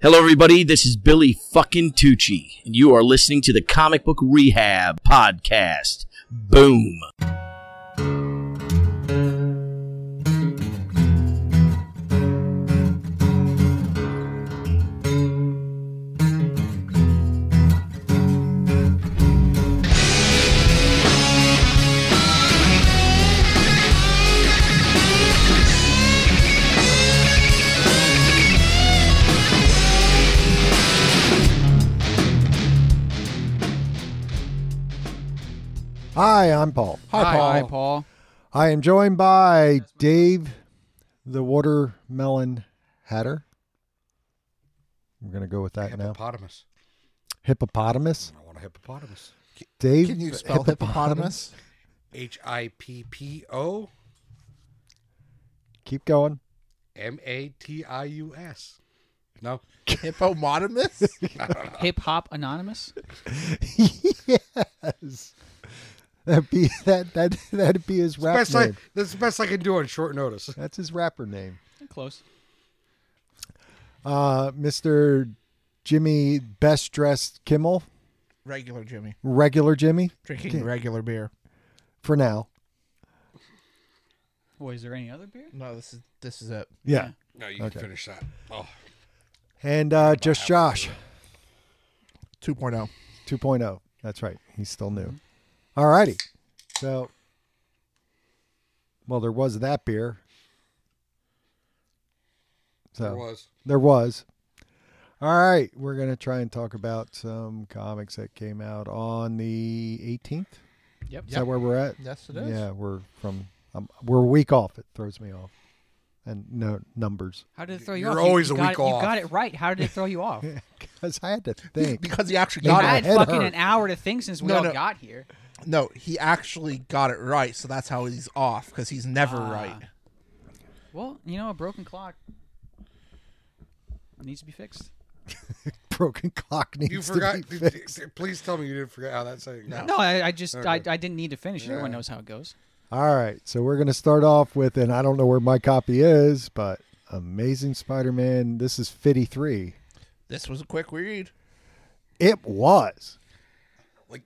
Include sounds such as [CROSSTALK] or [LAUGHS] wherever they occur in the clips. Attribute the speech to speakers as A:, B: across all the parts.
A: Hello, everybody. This is Billy fucking Tucci, and you are listening to the Comic Book Rehab Podcast. Boom.
B: Hi, I'm Paul.
C: Hi, Paul.
D: Hi, Paul.
B: I am joined by Dave, the watermelon hatter. We're going to go with that now.
C: Hippopotamus.
B: Hippopotamus.
C: I want a hippopotamus.
B: Dave, uh,
D: Can you spell hippopotamus?
C: H I P P O
B: Keep going. [LAUGHS]
C: M A T I U S. No,
D: Hippopotamus?
E: Hip Hop Anonymous?
B: yes. That'd be, that, that, that'd be his rap
C: best
B: name.
C: I, this is the best I can do on short notice.
B: That's his rapper name.
E: Close.
B: Uh, Mr. Jimmy Best Dressed Kimmel,
D: regular Jimmy.
B: regular Jimmy
D: Drinking regular beer.
B: for now.
E: Boy, is there any other beer?
D: No, this is this is it.
B: Yeah.
C: No, you
B: Okay.
C: can finish that. Oh,
B: And uh, just Josh.
D: 2.0.
B: oh. 2.0. That's right. He's still new.
C: Mm-hmm.
B: All righty. So, well, there was that beer. So
C: there was.
B: there was. All right. We're going to try and talk about some comics that came out on the 18th.
E: Yep.
B: Is that where we're at?
D: Yes, it is.
B: Yeah, we're from, um, we're a week off. It throws me off. And no numbers. [LAUGHS]
E: How did it throw you
C: You're
E: off?
C: always
E: you
C: a
E: got
C: week
E: it,
C: off.
E: You got it right. How did it throw you off? You
B: Because I had to think.
C: [LAUGHS]
D: Because he actually
B: Maybe
D: got
B: I
D: it.
E: had
B: head
E: fucking
B: hurt.
E: an hour to think since we
D: No,
E: all
D: no.
E: got here.
D: No, he actually got it right, so that's how he's off, because he's never right.
E: Well, you know, a broken clock needs to be fixed.
B: Broken clock needs
C: You
B: to
C: forgot.
B: be fixed.
C: Please tell me you didn't forget how that saying. No.
E: No, I, I just, I, I didn't need to finish. Everyone knows how it goes.
B: All right, so we're going to start off with, and I don't know where my copy is, but Amazing Spider Man. This is 53.
D: This was a quick read.
B: It was.
C: Like,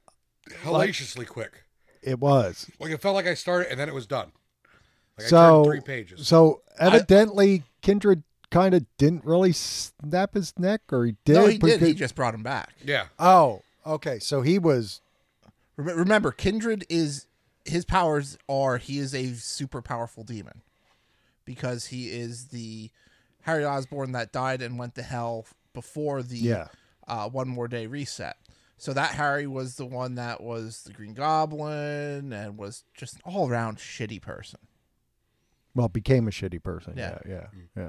C: hellaciously quick.
B: It was.
C: Like, it felt like I started and then it was done. Like, I
B: so,
C: turned three pages.
B: so evidently, Kindred kind of didn't really snap his neck, or he did.
D: no, he
B: but
D: did. He
B: could-
D: just brought him back.
C: yeah.
B: oh, okay. So he was.
D: Rem- Remember, Kindred is his powers are he is a super powerful demon because he is the Harry Osborn that died and went to hell before the
B: Yeah.
D: uh, one more day reset. So that Harry was the one that was the Green Goblin and was just an all around shitty person.
B: well became a shitty person yeah
D: Yeah.
B: yeah yeah,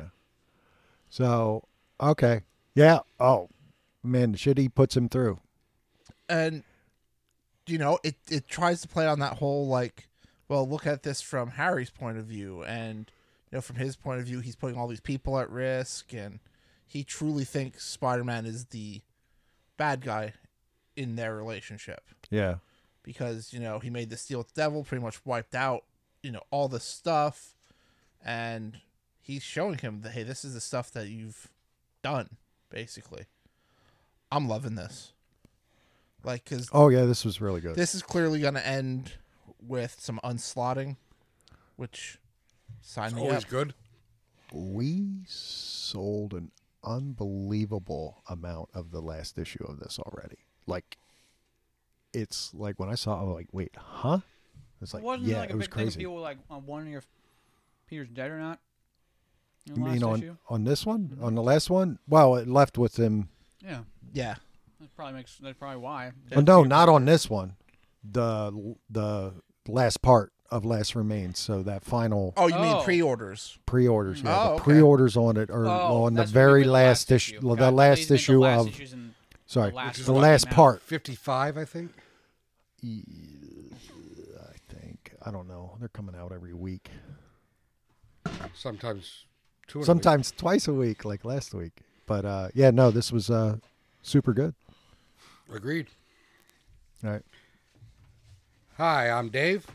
B: so okay yeah oh man the shit he puts him through
D: and you know it it tries to play on that whole like well look at this from harry's point of view and you know from his point of view he's putting all these people at risk and he truly thinks spider-man is the bad guy in their relationship
B: yeah
D: because you know he made this deal with the devil pretty much wiped out you know all this stuff and he's showing him that hey this is the stuff that you've done basically i'm loving this like because
B: oh yeah this was really good
D: this is clearly going to end with some unslotting which sign
C: It's
D: me
C: always
D: up
C: good.
B: we sold an unbelievable amount of the last issue of this already. Like, it's like when I saw, I'm like, wait, huh? It's like,
E: Wasn't
B: yeah,
E: like a
B: it was
E: big thing
B: crazy.
E: people like "Oh, on wondering if Peter's dead or not?
B: I mean, on on this one, on the last one, well, it left with him.
E: Yeah,
D: yeah
E: that probably makes. That's probably why.
B: Oh, no, not on this one. The the last part of Last Remains. So that final
D: oh you mean
E: Oh.
D: pre-orders
B: pre-orders, yeah,
D: Oh,
B: the
D: okay.
B: pre-orders on it are
E: Oh,
B: on the very last issue, well, the last issue of sorry,
E: the last
B: the
E: one
B: last
E: came out.
B: part.
C: 55, I think.
B: think. I don't know. They're coming out every week.
C: Sometimes two. in a week.
B: Sometimes twice a week, like last week. But uh, yeah, no, this was uh, super good.
C: Agreed.
B: All right.
C: Hi, I'm Dave.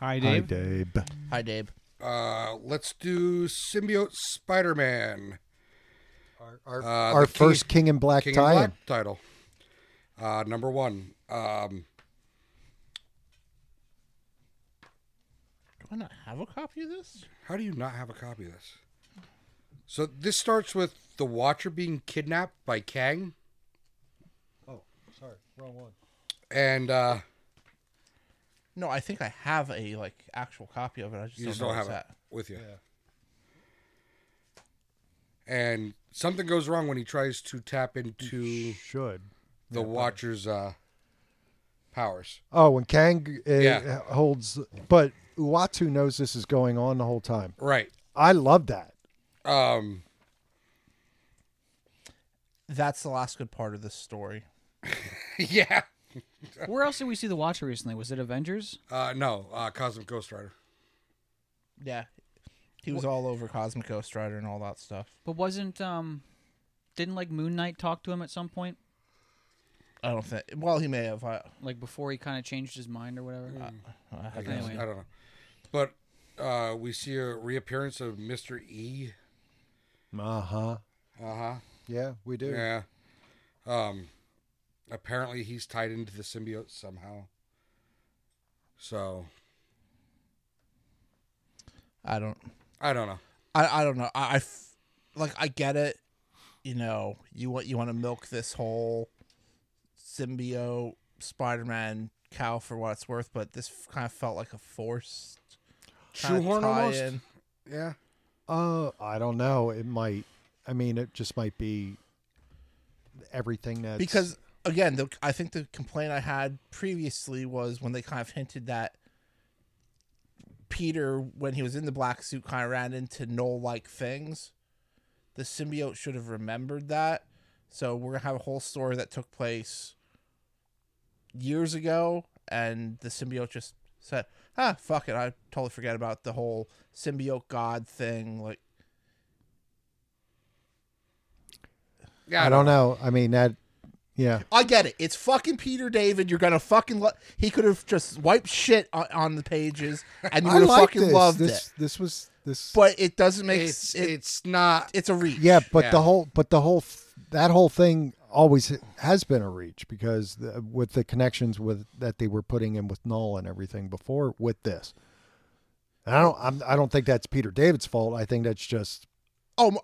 E: Hi,
B: Hi,
E: Dave.
B: Dave.
D: hi dave
C: Uh, let's do Symbiote Spider Man.
F: Our, our,
C: Uh,
B: Our
C: the King-
B: first King in Black
C: King
B: tie.
C: and Black title. Uh, number one. Um,
D: Do I not have a copy of this?
C: how do you not have a copy of this? So this starts with the Watcher being kidnapped by Kang,
F: oh, sorry, wrong one.
C: and uh,
D: No, I think I have a like actual copy of it. I just
C: you
D: don't,
C: just
D: know
C: don't
D: where
C: have it
D: it's at.
C: with you.
F: Yeah.
C: And something goes wrong when he tries to tap into
B: Should.
C: the Watcher's uh, powers.
B: Oh, when Kang uh,
C: Yeah.
B: holds, but Uatu knows this is going on the whole time.
C: Right.
B: I love that.
C: Um, [LAUGHS]
D: That's the last good part of this story.
C: yeah.
E: Where else did we see the Watcher recently? Was it Avengers?
C: Uh, no. Uh, Cosmic Ghost Rider.
D: Yeah, he was all over Cosmic Ghost Rider and all that stuff.
E: But wasn't um, didn't like Moon Knight talk to him at some point,
D: I don't think. Well, he may have. I,
E: like before he kind of changed his mind or whatever?
D: I
C: I
D: have
C: guess.
E: Anyway.
C: I don't know. But uh, we see a reappearance of Mr. E.
B: Uh huh.
C: Uh huh.
B: Yeah, we do.
C: Yeah. Um, apparently he's tied into the symbiote somehow. So
D: I don't.
C: I don't know.
D: I, I don't know. I, I f- like I get it. You know, you want you want to milk this whole symbiote Spider-Man cow for what it's worth, but this kind of felt like a forced kinda
C: Shoehorn almost.
D: tie-in.
C: Yeah.
B: Uh, I don't know. It might. I mean, it just might be everything that's
D: because again, the, I think the complaint I had previously was when they kind of hinted that Peter, when he was in the black suit, kind of ran into Knoll-like things. The symbiote should have remembered that. So we're gonna have a whole story that took place years ago, and the symbiote just said, "Ah, fuck it, I totally forget about the whole symbiote god thing." Like,
C: Yeah.
B: I don't know. I mean that. Yeah.
D: I get it. It's fucking Peter David. You're gonna fucking. Lo- he could have just wiped shit on, on the pages, and
B: [LAUGHS]
D: you
B: I
D: would have
B: like
D: fucking
B: this.
D: loved
B: this,
D: it.
B: This was this.
D: But it doesn't make
C: It's
D: it's it,
C: it's not.
D: it's a reach.
B: yeah, but
C: yeah.
B: the whole but the whole f- that whole thing always has been a reach because the, with the connections with that they were putting in with Null and everything before with this. And I don't. I'm, I don't think that's Peter David's fault. I think that's just
D: Oh, Mar-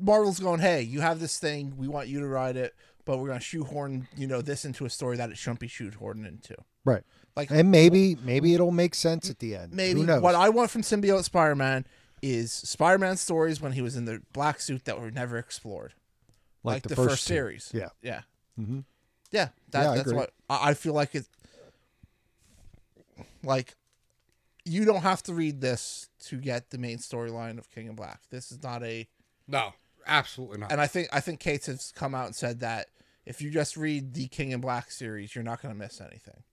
D: Marvel's going. Hey, you have this thing. We want you to write it, but we're gonna shoehorn you know this into a story that it shouldn't be shoehorned into.
B: right.
D: Like-
B: and maybe maybe it'll make sense at the end.
D: Maybe
B: Who knows?
D: what I want from Symbiote Spider-Man is Spider-Man stories when he was in the black suit that were never explored. Like, the, first,
B: two.
D: series.
B: Yeah.
D: Yeah. Yeah. That,
B: Mm-hmm. Yeah, I
D: that's
B: agree.
D: what I, I feel like it. Like, you don't have to read this to get the main storyline of King and Black. This is not a,
C: No. Absolutely not.
D: and I think I think Cates has come out and said that if you just read the King and Black series, you're not going to miss anything.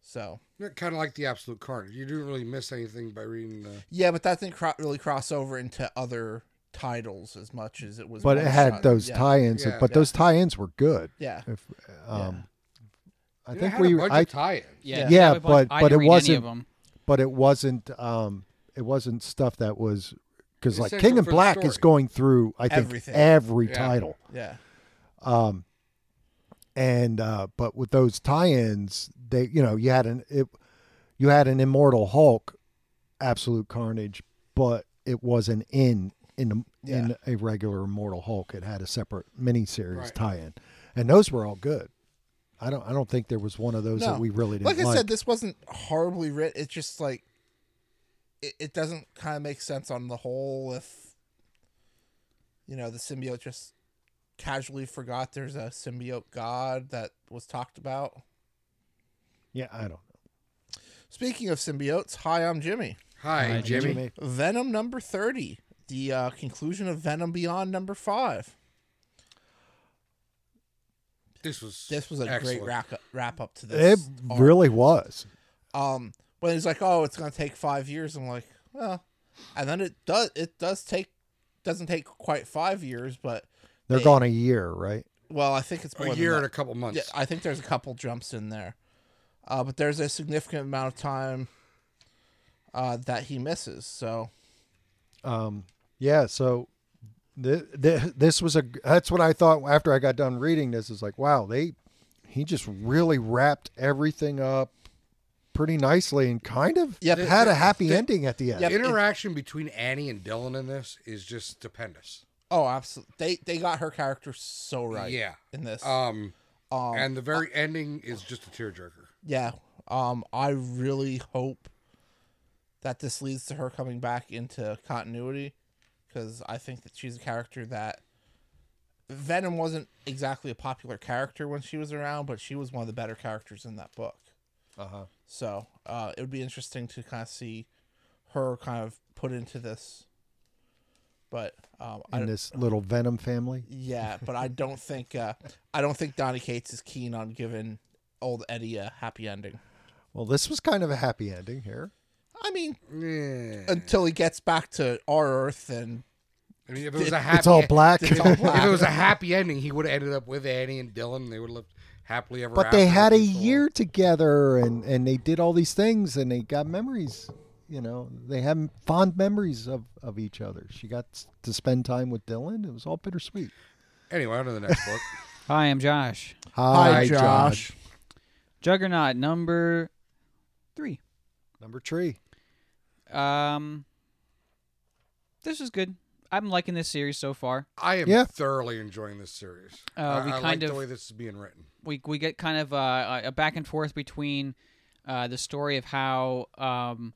D: So
C: Kind of like the Absolute Carnage. You didn't really miss anything by reading the.
D: yeah, but that didn't cro- really cross over into other titles as much as it was.
B: But it
D: one
B: had
D: shot.
B: those
D: Yeah.
B: tie-ins,
C: Yeah.
B: but
D: Yeah.
B: those tie-ins were good.
D: Yeah.
B: If, um, I
C: It
B: think
C: had
B: we,
C: a bunch
B: I
C: of tie-ins.
E: Yeah,
B: Yeah,
E: I have a bunch-
B: but-
E: I
B: but
E: didn't
B: it
E: read any
B: wasn't-
E: of them.
B: but it wasn't um it wasn't stuff that was because like
C: Essential
B: king and
C: for the
B: black is
C: story.
B: going through i think
D: Everything.
B: every
C: Yeah.
B: title
D: Yeah.
B: and uh but with those tie-ins they you know you had an it you had an immortal hulk absolute carnage but it wasn't in in a, in a regular immortal hulk it had a separate miniseries
C: Right.
B: tie-in and those were all good i don't i don't think there was one of those
D: No.
B: that we really didn't
D: like
B: like,
D: I said, this wasn't horribly writ. It's just like it, it doesn't kind of make sense on the whole. If you know the symbiote just casually forgot there's a symbiote god that was talked about.
B: yeah i don't know
D: Speaking of symbiotes, hi, I'm Jimmy.
C: Hi,
E: Hi,
C: Jimmy.
D: Venom number thirty, the uh, conclusion of Venom Beyond number five.
C: This was
D: This was a
C: excellent.
D: great wrap up, wrap up to
B: it
D: this. arc.
B: really was
D: Um, when he's like, "Oh, it's gonna take five years," I'm like, "Well," and then it does. It does take. Doesn't take quite five years, but
B: they're
D: Hey.
B: gone a year right
D: well, I think it's more
C: A
D: than
C: year
D: that.
C: and a couple months.
D: Yeah, I think there's a couple jumps in there, uh, but there's a significant amount of time uh, that he misses. So
B: Um, yeah, so Th- th- this was a that's what I thought after I got done reading this is like wow they he just really wrapped everything up pretty nicely and kind of
D: Yep.
B: had a happy
D: Th-
B: ending at the end.
D: Yep. it-
C: Interaction between Annie and Dylan in this is just stupendous.
D: Oh, absolutely. They they got her character so right.
C: Yeah.
D: In this.
C: Um,
D: um,
C: and the very ending is just a tearjerker.
D: yeah. Um, I really hope that this leads to her coming back into continuity, because I think that she's a character that Venom wasn't exactly a popular character when she was around, but she was one of the better characters in that book.
B: Uh-huh.
D: So uh, it would be interesting to kind of see her kind of put into this. But um, I
B: In
D: don't-
B: this little Venom family.
D: yeah, but I don't think uh, I don't think Donny Cates is keen on giving old Eddie a happy ending.
B: Well, this was kind of a happy ending here.
D: I mean,
C: Yeah.
D: until he gets back to our Earth and
C: I mean, if it was a happy, e-
B: it's all black.
D: it's all black.
C: If it was a happy ending, he would have ended up with Annie and Dylan. and They would have lived happily ever
B: but
C: after.
B: they had a
C: with these little-
B: year together and and they did all these things and they got memories you know they have fond memories of of each other she got s- to spend time with dylan it was all bittersweet
C: Anyway, on to the next
B: [LAUGHS]
C: book.
E: Hi, I'm Josh.
D: Hi, Josh.
E: Juggernaut number three.
B: number three
E: Um, this is good. I'm liking this series so far.
C: I am
B: Yeah.
C: thoroughly enjoying this series.
E: Uh,
C: I,
E: we
C: I
E: kind
C: like
E: of-
C: the way this is being written.
E: we we get kind of uh, a back and forth between uh, the story of how um,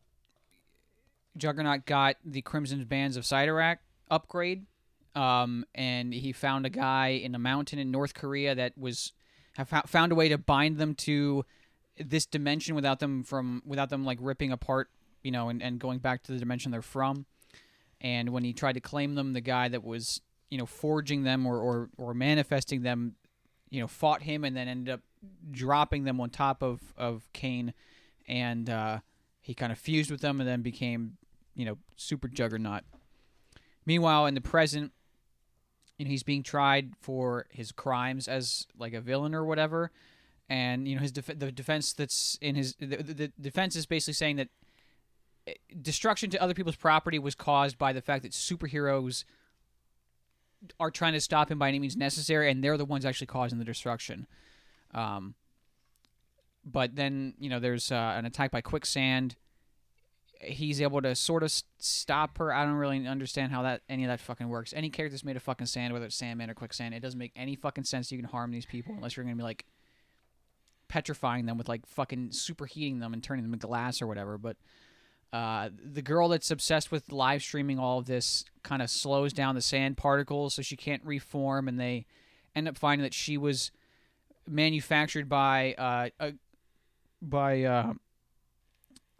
E: Juggernaut got the Crimson Bands of Sidorak upgrade, um, and he found a guy in a mountain in North Korea that was have fou- found a way to bind them to this dimension without them from without them like ripping apart, you know, and, and going back to the dimension they're from and when he tried to claim them the guy that was you know forging them or or, or manifesting them you know fought him and then ended up dropping them on top of of Kane and uh, he kind of fused with them and then became you know super juggernaut meanwhile in the present you know he's being tried for his crimes as like a villain or whatever and you know his def- the defense that's in his the, the the defense is basically saying that eh, destruction to other people's property was caused by the fact that superheroes are trying to stop him by any means necessary, and they're the ones actually causing the destruction. Um, but then you know there's uh, an attack by quicksand. He's able to sort of s- stop her. I don't really understand how that any of that fucking works. Any character that's made of fucking sand, whether it's Sandman or quicksand, it doesn't make any fucking sense. You can harm these people unless you're gonna be like petrifying them with like fucking superheating them and turning them to glass or whatever. But uh, the girl that's obsessed with live streaming all of this kind of slows down the sand particles so she can't reform and they end up finding that she was manufactured by uh, a, by uh,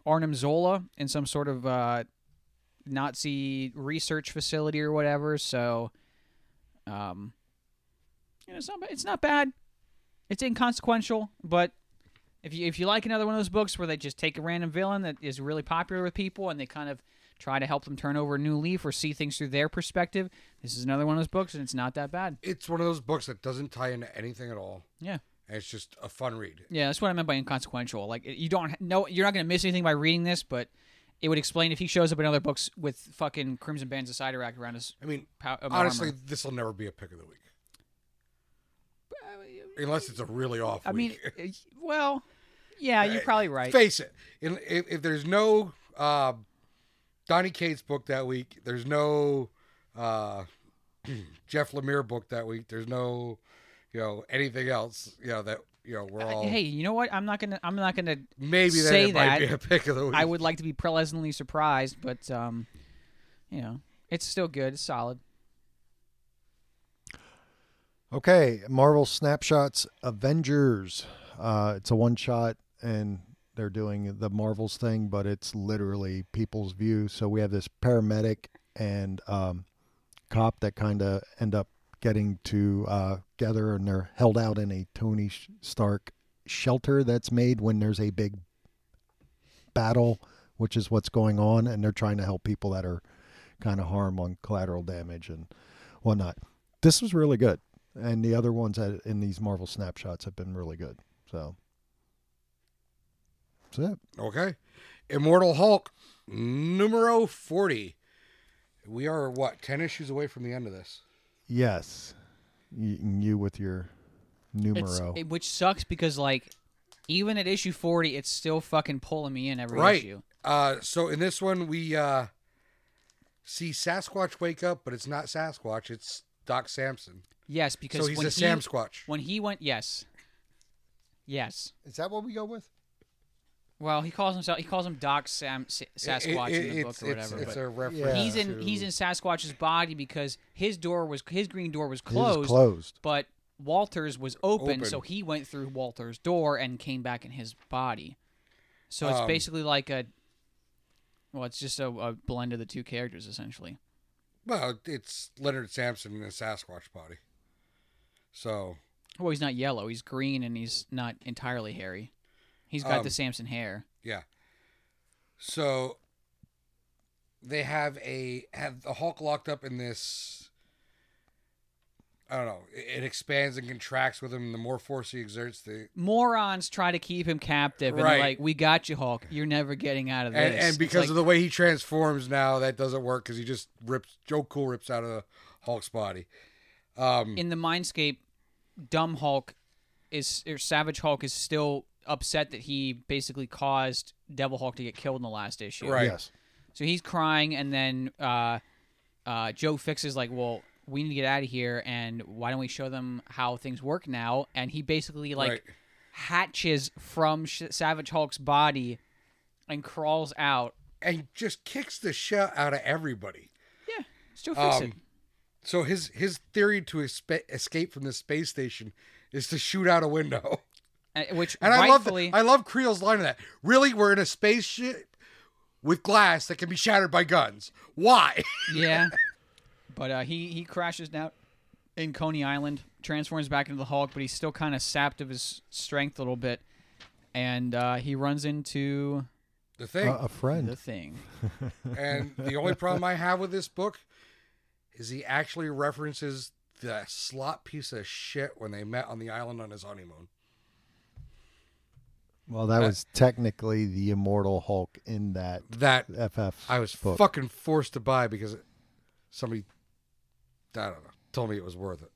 E: Arnim Zola in some sort of uh, Nazi research facility or whatever so um, you know, it's not ba- it's not bad it's inconsequential but if you if you like another one of those books where they just take a random villain that is really popular with people and they kind of try to help them turn over a new leaf or see things through their perspective, this is another one of those books and it's not that bad.
C: It's one of those books that doesn't tie into anything at all.
E: Yeah.
C: And it's just a fun read.
E: Yeah, that's what I meant by inconsequential. Like you don't know you're not going to miss anything by reading this, but it would explain if he shows up in other books with fucking Crimson Bands of Sidorak around his
C: I mean,
E: pow- um,
C: honestly,
E: armor.
C: this will never be a pick of the week. Unless it's a really off
E: I mean,
C: week.
E: uh, well, yeah, you're probably right.
C: Face it. In- If, if there's no uh, Donnie Cates book that week, there's no uh, [CLEARS THROAT] Jeff Lemire book that week, there's no, you know, anything else, you know, that, you know, we're all.
E: Hey, you know what? I'm not going to I'm not going to
C: maybe then
E: say
C: it
E: that,
C: might be a pick of the week.
E: I would like to be pleasantly surprised, but um, you know, it's still good. It's solid.
B: okay marvel snapshots avengers uh it's a one shot and they're doing the marvels thing but it's literally people's view so we have this paramedic and um cop that kind of end up getting to uh, gather and they're held out in a Tony Sh- Stark shelter that's made when there's a big battle, which is what's going on, and they're trying to help people that are kind of harmed on collateral damage and whatnot. This was really good, and the other ones that in these Marvel snapshots have been really good. So that's it.
C: Okay. Immortal Hulk, numero 40. We are what ten issues away from the end of this.
B: Yes, you, you with your
E: It's,
B: numero.
E: it- which sucks because like even at issue 40 it's still fucking pulling me in every
C: Right.
E: issue.
C: Uh, so in this one, we uh, see Sasquatch wake up, but it's not Sasquatch. It's Doc Samson.
E: Yes, because
C: So he's a
E: when he,
C: Sam Squatch.
E: when he went yes. Yes.
F: Is that what we go with?
E: Well, he calls himself he calls him Doc Sam S- Sasquatch in the book
C: it's,
E: or whatever.
C: It's, it's
E: but
C: a reference.
E: he's in
C: to-
E: he's in Sasquatch's body because his door was his green door was
B: It is
E: closed,
B: closed.
E: but Walters was open,
C: Open.
E: so he went through Walters' door and came back in his body. So it's
C: Um,
E: basically like a well, it's just a, a blend of the two characters essentially.
C: Well, it's Leonard Samson in a Sasquatch body. So
E: Well, he's not yellow; he's green, and he's not entirely hairy. He's got
C: Um,
E: the Samson hair.
C: yeah. So they have a have the Hulk locked up in this. I don't know. It, it expands and contracts with him. The more force he exerts, the
E: Morons try to keep him captive, and
C: Right.
E: they're like, "We got you, Hulk. You're never getting out of this."
C: and, and
E: It's
C: because
E: like,
C: of the way he transforms now, that doesn't work because he just rips Joe Cool rips out of Hulk's body. Um,
E: in the mindscape, dumb Hulk is or Savage Hulk is still upset that he basically caused Devil Hulk to get killed in the last issue.
C: Right.
B: Yes.
E: So he's crying, and then uh, uh, Joe fixes like, "Well, we need to get out of here, and why don't we show them how things work now?" And he basically like
C: right.
E: hatches from Sh- Savage Hulk's body and crawls out.
C: and just kicks the shit out of everybody.
E: Yeah, still fix it.
C: Um, So his his theory to espe- escape from the space station is to shoot out a window. [LAUGHS]
E: Uh, Which
C: And I love
E: rightfully,
C: th- I love Creel's line of that. Really, we're in a spaceship with glass that can be shattered by guns. Why? [LAUGHS]
E: yeah. But uh, he he crashes down in Coney Island, transforms back into the Hulk, but he's still kind of sapped of his strength a little bit, and uh, he runs into
C: the thing.
B: Uh, a friend.
E: the thing.
C: And the [LAUGHS] only problem I have with this book is he actually references the slot piece of shit when they met on the island on his honeymoon.
B: Well,
E: Uh,
B: that was technically the immortal Hulk in that
C: That
B: FF.
C: I was
B: book.
C: fucking forced to buy because somebody, I don't know, told me it was worth it.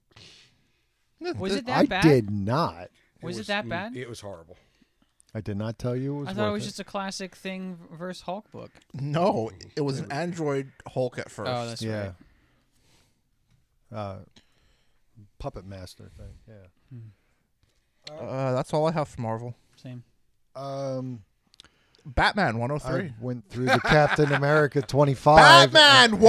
E: Was it that
B: I
E: bad?
B: did not.
E: Was it that
C: mm,
E: bad?
C: It was horrible.
B: I did not tell you it was.
E: I thought it
B: worth
E: was just a classic thing versus Hulk book.
D: No, it was an android Hulk at first.
E: Oh, that's
B: yeah.
E: right.
B: Uh, puppet master thing. Yeah.
D: uh, that's all I have for Marvel.
E: Same.
B: Um,
D: Batman
B: I
D: 103.
B: went through the
E: [LAUGHS]
B: Captain America 25.
D: Batman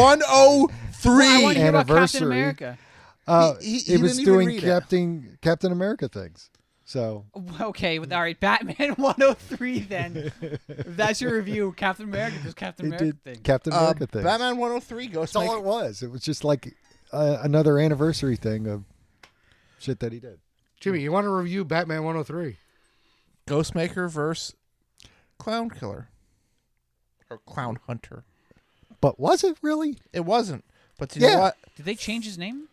D: 103.
E: Well, I want to hear about Captain
B: Anniversary.
E: America.
B: Uh,
D: He- he- he
B: it was
D: didn't even
B: doing
D: read it.
B: Captain Captain America things. So
E: Okay, with all right, Batman [LAUGHS] 103. Then if that's your review. Captain America does Captain
B: it
E: America
B: did
E: thing.
B: Captain
D: Uh,
B: America things.
D: Batman 103 goes
B: That's all it was. It was just like uh, another anniversary thing of shit that he did.
C: Jimmy, you want to review Batman 103?
D: Ghostmaker versus Clown Killer or Clown Hunter.
B: But was it really?
D: It wasn't, but you
B: Yeah.
D: know what?
E: Did they change his name?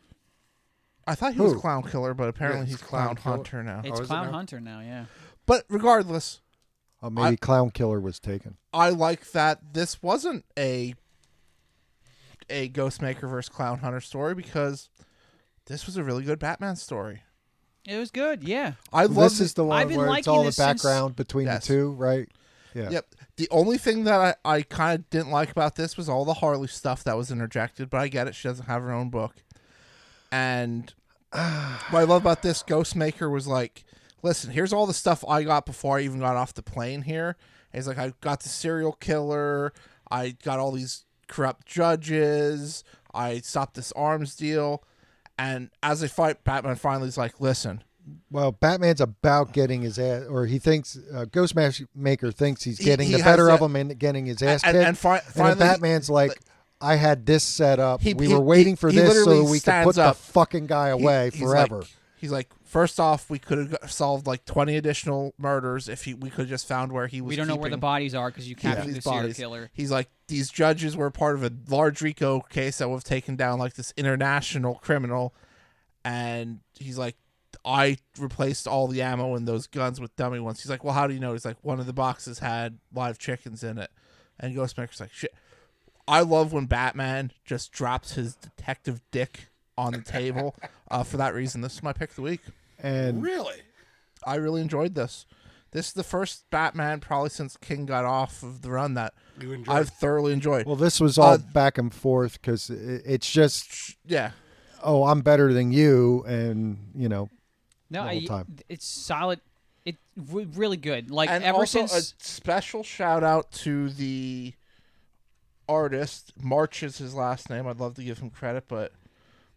D: I thought he
B: Who?
D: was Clown Killer, but apparently
C: it's
D: he's
C: Clown
D: Clown,
C: Killer.
D: Hunter
B: Oh,
D: now.
E: It's
C: is it
E: Clown
C: now?
E: Hunter now. Yeah.
D: But regardless,
B: Uh, maybe
D: I-
B: Clown Killer was taken.
D: I like that this wasn't a a Ghostmaker versus Clown Hunter story because this was a really good Batman story.
E: It was good. Yeah.
D: I love
B: this is the
E: I've
B: one
E: been
B: where it's
E: liking
B: all the
E: this since-
B: background between
D: Yes.
B: the two, right? Yeah.
D: Yep. The only thing that I, I kind of didn't like about this was all the Harley stuff that was interjected, but I get it. She doesn't have her own book. And [SIGHS] what I love about this, Ghostmaker was like, listen, here's all the stuff I got before I even got off the plane here. And he's like, I got the serial killer. I got all these corrupt judges. I stopped this arms deal. And as they fight, Batman finally's like, listen,
B: Well, Batman's about getting his ass, or he thinks uh, Ghost Mash- Maker thinks he's
D: He-
B: getting
D: he
B: the
D: has
B: better of
D: that-
B: him and getting his ass
D: and-
B: kicked.
D: and fi-
B: then
D: finally-
B: Batman's like, I had this set up.
D: He-
B: we
D: he-
B: were waiting for
D: he
B: this so
D: literally
B: that we could
D: stands
B: put
D: up.
B: the fucking guy
D: He-
B: away
D: he's
B: forever.
D: like- he's like, first off, we could have solved like twenty additional murders if he, we could have just found where he was.
E: We don't know where the
D: keeping-
E: bodies are because you
D: keeping
E: captured
D: these
E: the serial
D: bodies."
E: killer.
D: He's like, these judges were part of a large RICO case that would have taken down like this international criminal, and he's like, I replaced all the ammo in those guns with dummy ones. He's like, well, how do you know? He's like, one of the boxes had live chickens in it, and Ghostmaker's like, shit. I love when Batman just drops his detective dick on the table. Uh, for that reason, this is my pick of the week.
B: And
C: Really? [LAUGHS]
D: I really enjoyed this. This is the first Batman probably since King got off of the run that
C: You enjoy?
D: I've thoroughly enjoyed.
B: well, this was all
D: Uh,
B: back and forth because it's just,
D: yeah,
B: oh, I'm better than you, and you know,
E: No,
B: the
E: I,
B: whole time.
E: it's solid. It re- really good. Like
D: and
E: ever
D: also
E: since
D: a special shout out to the artist. March is his last name. I'd love to give him credit, but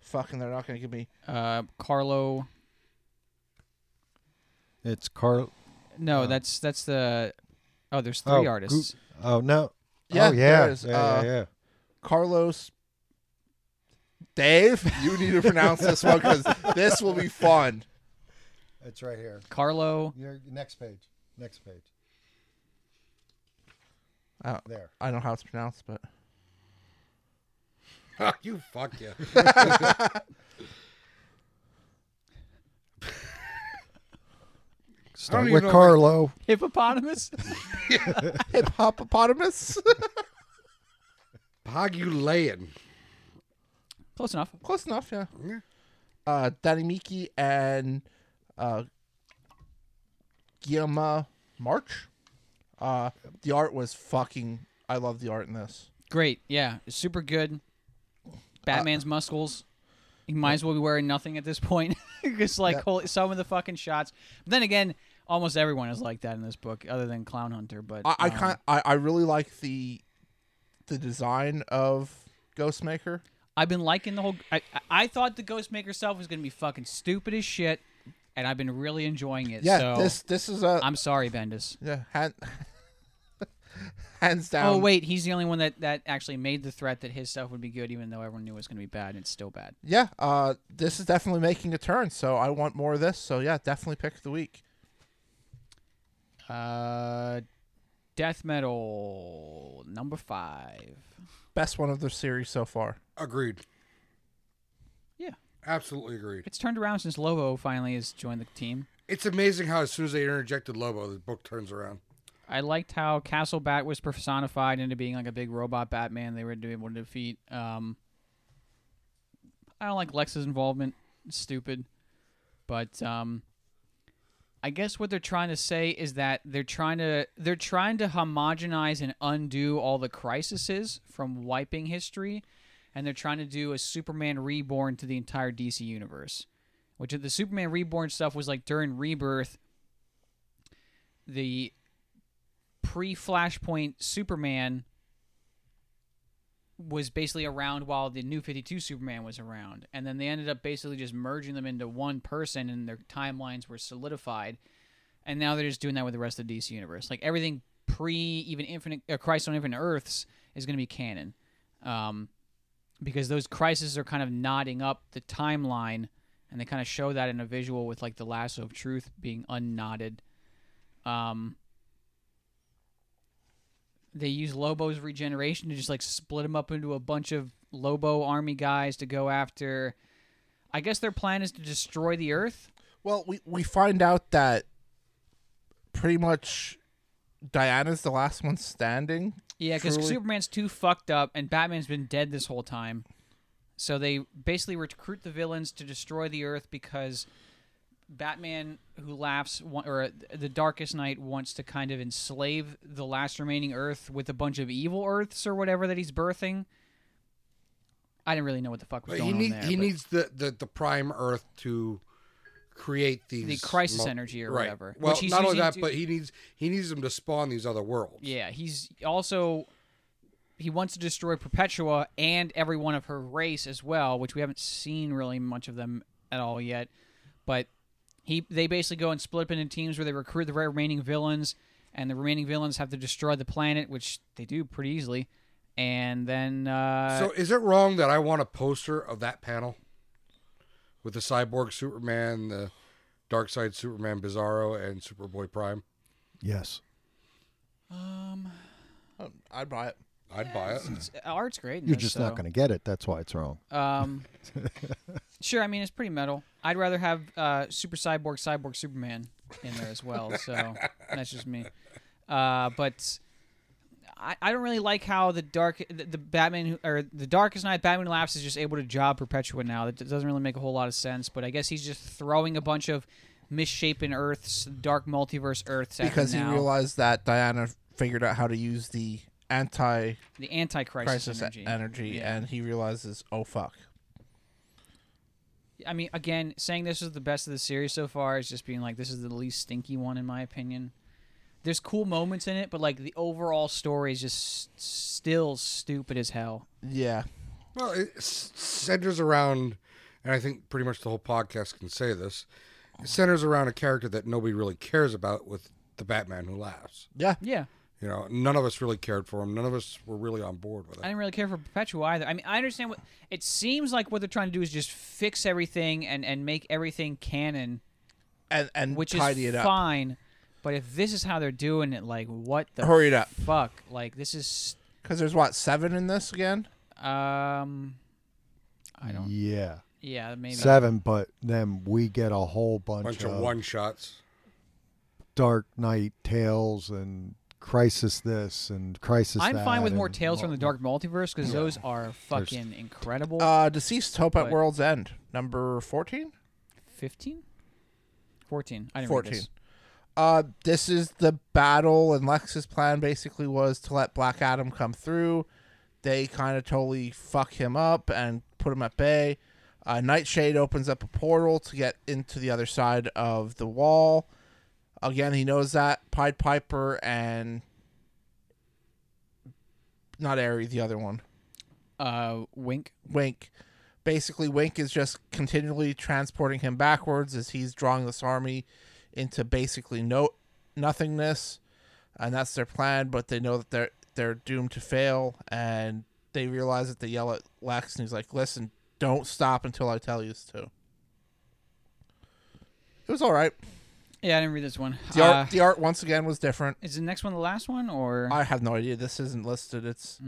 D: fucking, they're not going to give me.
E: uh, Carlo.
B: it's Carl.
E: No, that's that's the. Oh, there's three
B: Oh,
E: artists.
B: Oh no.
D: Yeah,
B: oh yeah.
D: there is.
B: Yeah,
D: Uh,
B: yeah, yeah.
D: Carlos. Dave, you need to pronounce this one because this will be fun.
F: It's right here.
E: Carlo.
F: Your next page. Next page.
B: Uh,
D: Oh.
F: There.
D: I don't know how it's pronounced, but
C: you fuck you.
B: Start
C: even
B: with
C: know if I-
B: Carlo.
E: Hippopotamus.
D: hip hoppopotamus.
C: Hog you laying?
E: [LAUGHS] Close enough.
D: Close enough, yeah.
C: Yeah.
D: Uh, Danny Miki and uh, Guillermo March. Uh, the art was fucking. I love the art in this.
E: Great. Yeah, it's super good. Batman's muscles. He might as well be wearing nothing at this point. [LAUGHS] Just like holy, some of the fucking shots. But then again, almost everyone is like that in this book, other than Clown Hunter. But
D: I I,
E: um,
D: kind I, I really like the the design of Ghostmaker.
E: I've been liking the whole. I, I- I thought the Ghostmaker stuff was gonna be fucking stupid as shit, and I've been really enjoying it.
D: Yeah,
E: so
D: this uh, this is a
E: I'm sorry, Bendis.
D: yeah hand, [LAUGHS] hands down.
E: oh wait, he's the only one that that actually made the threat that his stuff would be good, even though everyone knew it was gonna be bad, and it's still bad.
D: yeah. Uh, this is definitely making a turn. So I want more of this. So yeah, definitely pick of the week.
E: Uh, death metal number five.
D: Best one of the series so far.
C: Agreed.
E: Yeah,
C: Absolutely agreed.
E: it's turned around since Lobo finally has joined the team.
C: It's amazing how as soon as they interjected Lobo, the book turns around.
E: I liked how Castle Bat was personified into being like a big robot Batman they were to be able to defeat. Um, I don't like Lex's involvement. It's stupid. But um, I guess what they're trying to say is that they're trying to they're trying to homogenize and undo all the crises from wiping history, and they're trying to do a Superman reborn to the entire DC universe. Which the Superman reborn stuff was like during Rebirth. The pre Flashpoint Superman was basically around while the new 52 Superman was around. And then they ended up basically just merging them into one person and their timelines were solidified. And now they're just doing that with the rest of the DC universe. Like everything pre even Infinite uh, Christ on Infinite Earths is going to be canon. Um, because those crises are kind of knotting up the timeline and they kind of show that in a visual with like the lasso of truth being unknotted. Um, they use Lobo's regeneration to just like split him up into a bunch of Lobo army guys to go after. I guess their plan is to destroy the Earth.
D: Well, we, we find out that pretty much Diana's the last one standing.
E: Yeah, because
D: Truly.
E: Superman's too fucked up, and Batman's been dead this whole time. So they basically recruit the villains to destroy the Earth because Batman, who laughs, wa- or uh, the Darkest Knight, wants to kind of enslave the last remaining Earth with a bunch of evil Earths or whatever that he's birthing. I didn't really know what the fuck was
C: But
E: going
C: he need,
E: on there.
C: he
E: but-
C: needs the, the, the prime Earth to create these
E: the crisis
C: mul-
E: energy or
C: right.
E: whatever.
C: Well,
E: which he's
C: not only
E: using
C: that,
E: to-
C: but he needs he needs them to spawn these other worlds.
E: yeah, he's also he wants to destroy Perpetua and every one of her race as well, which we haven't seen really much of them at all yet. But he they basically go and split up into teams where they recruit the remaining villains, and the remaining villains have to destroy the planet, which they do pretty easily. And then uh,
C: So is it wrong that I want a poster of that panel with the cyborg Superman, the dark side Superman Bizarro, and Superboy Prime?
B: Yes.
D: Um, I'd buy it.
C: I'd buy it.
E: it's- art's great. in
B: You're
E: this,
B: just
E: so.
B: not going to get it. That's why it's wrong.
D: [LAUGHS]
E: Um, sure, I mean it's pretty metal. I'd rather have uh, Super Cyborg, Cyborg Superman in there as well. So that's just me. Uh, but I, I don't really like how the dark the, the Batman who- or the Darkest Night Batman Laughs is just able to job Perpetua now. That doesn't really make a whole lot of sense. But I guess he's just throwing a bunch of misshapen Earths, dark multiverse Earths, at him
D: because he
E: now.
D: realized that Diana figured out how to use the anti
E: the Antichrist
D: crisis
E: energy.
D: energy,
E: Yeah.
D: and he realizes, oh fuck.
E: I mean, again, saying this is the best of the series so far is just being like this is the least stinky one in my opinion. There's cool moments in it, but like the overall story is just s- still stupid as hell.
D: Yeah,
C: Well, it s- centers around, and I think pretty much the whole podcast can say this. It centers around a character that nobody really cares about with the Batman who laughs.
E: Yeah.
C: You know, none of us really cared for him. None of us were really on board
E: I
C: with it.
E: didn't really care for Perpetua either. I mean, I understand what it seems like. What they're trying to do is just fix everything and and make everything canon,
D: and and
E: which
D: tidy
E: is
D: it up.
E: fine. But if this is how they're doing it, like what the
D: Hurry it up.
E: fuck? Like this is
D: Because there's what seven in this again.
E: um, I don't.
B: Yeah,
E: Yeah, maybe.
B: seven. But then we get a whole bunch,
C: bunch
B: of,
C: of one shots.
B: Dark Knight tales and Crisis this and Crisis.
E: I'm fine
B: that
E: with more
B: and-
E: Tales from the Dark Multiverse because those are fucking incredible.
D: Uh, deceased hope at
E: Wait.
D: world's end, number fourteen.
E: 15? 14. I didn't read
D: 14.
E: this.
D: Uh, this is the battle, and Lex's plan basically was to let Black Adam come through. They kind of totally fuck him up and put him at bay. Uh, Nightshade opens up a portal to get into the other side of the wall. Again, he knows that Pied Piper and not Airy, the other one.
E: Uh, wink.
D: Wink. Basically, Wink is just continually transporting him backwards as he's drawing this army into basically no nothingness, and that's their plan. But they know that they're they're doomed to fail, and they realize that they yell at Lex, and he's like, "Listen, don't stop until I tell you to." It was all right.
E: Yeah, I didn't read this one.
D: The
E: Uh,
D: art, the art once again was different.
E: is the next one the last one or?
D: I have no idea. This isn't listed. It's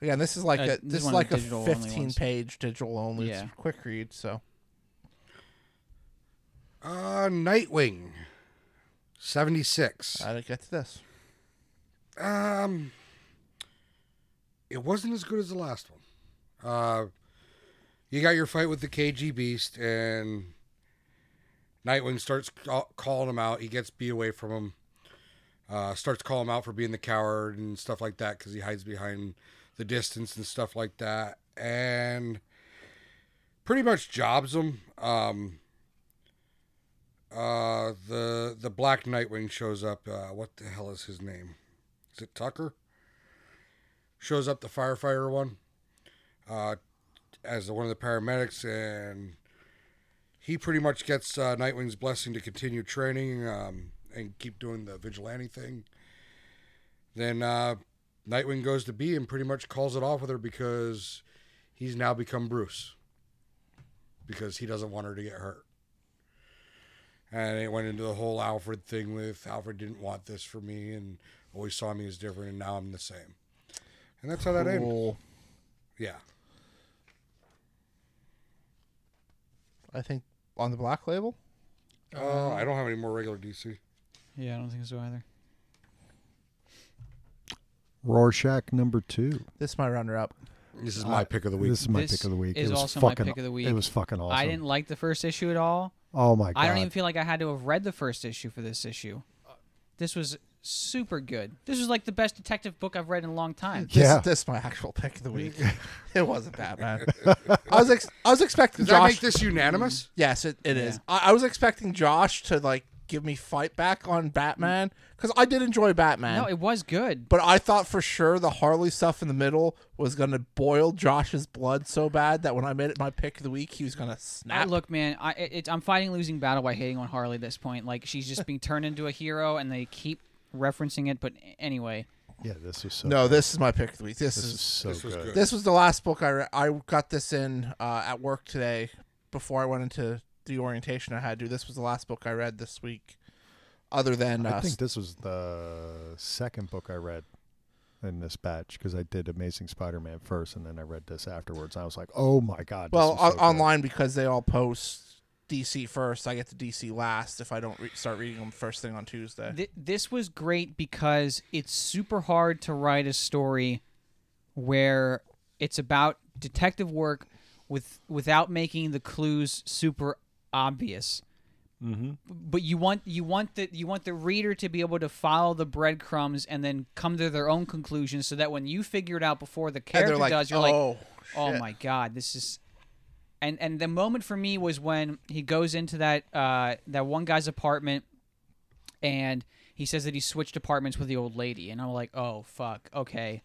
D: again, this is like
E: Mm. Uh, this
D: a
E: is
D: this is
E: one of the
D: like a
E: digital-only
D: fifteen
E: ones.
D: page digital only.
E: Yeah.
D: It's a quick read. So
C: Uh, Nightwing, seventy six.
D: I didn't get to this.
C: Um, it wasn't as good as the last one. Uh, you got your fight with the KG Beast, and Nightwing starts call- calling him out. He gets B away from him. Uh, starts calling him out for being the coward and stuff like that because he hides behind the distance and stuff like that, and pretty much jobs him. Um, uh, the the Black Nightwing shows up. Uh, what the hell is his name? is it Tucker? Shows up the firefighter one, uh, as the- one of the paramedics, and he pretty much gets uh, Nightwing's blessing to continue training um, and keep doing the vigilante thing. Then uh, Nightwing goes to B and pretty much calls it off with her because he's now become Bruce because he doesn't want her to get hurt. And it went into the whole Alfred thing with Alfred didn't want this for me and always saw me as different, and now I'm the same. And that's how that ended.
D: Cool.
C: Yeah.
D: I think on the black label.
C: Oh, I don't have any more regular DC.
E: yeah, I don't think so either.
B: Rorschach number two.
D: This is my runner up.
C: Uh, This is my pick of the week.
B: This is my
E: This
B: pick of the week.
E: is
B: it was
E: also my
B: fucking,
E: pick of the week.
B: It was fucking awesome.
E: I didn't like the first issue at all.
B: Oh my god!
E: I don't even feel like I had to have read the first issue for this issue. This was super good. This was like the best detective book I've read in a long time.
D: This,
B: Yeah.
D: this is my actual pick of the [LAUGHS] week. it wasn't that [LAUGHS] bad. I was ex- I was expecting
C: Does that
D: Josh.
C: make this unanimous?
D: yes, it, it is. I, I was expecting Josh to like give me fight back on Batman because I did enjoy Batman.
E: No, it was good.
D: But I thought for sure the Harley stuff in the middle was gonna boil Josh's blood so bad that when I made it my pick of the week, he was gonna
E: I,
D: snap.
E: look, man, I it, it's- I'm fighting losing battle by hating on Harley at this point. Like she's just being turned into a hero, and they keep referencing it. But anyway,
B: Yeah, this was so.
D: no, this is my pick of the week. This,
B: this is
D: is
B: so
C: This was
B: good.
C: good.
D: this was the last book I re- I got this in uh, at work today before I went into the orientation I had to. do. This was the last book I read this week, other than uh,
B: I think this was the second book I read in this batch because I did Amazing Spider-Man first, and then I read this afterwards. I was like, "Oh my god!" this
D: well
B: is
D: on
B: so good.
D: online because they all post DC first, I get to DC last if I don't re- start reading them first thing on Tuesday.
E: Th- this was great because it's super hard to write a story where it's about detective work with without making the clues super obvious. Mm-hmm. But you want you want the you want the reader to be able to follow the breadcrumbs and then come to their own conclusions, so that when you figure it out before the
D: And
E: character does, you're like,
D: oh,
E: oh
D: shit."
E: my god this is and and the moment for me was when he goes into that uh that one guy's apartment and he says that he switched apartments with the old lady and i'm like oh fuck okay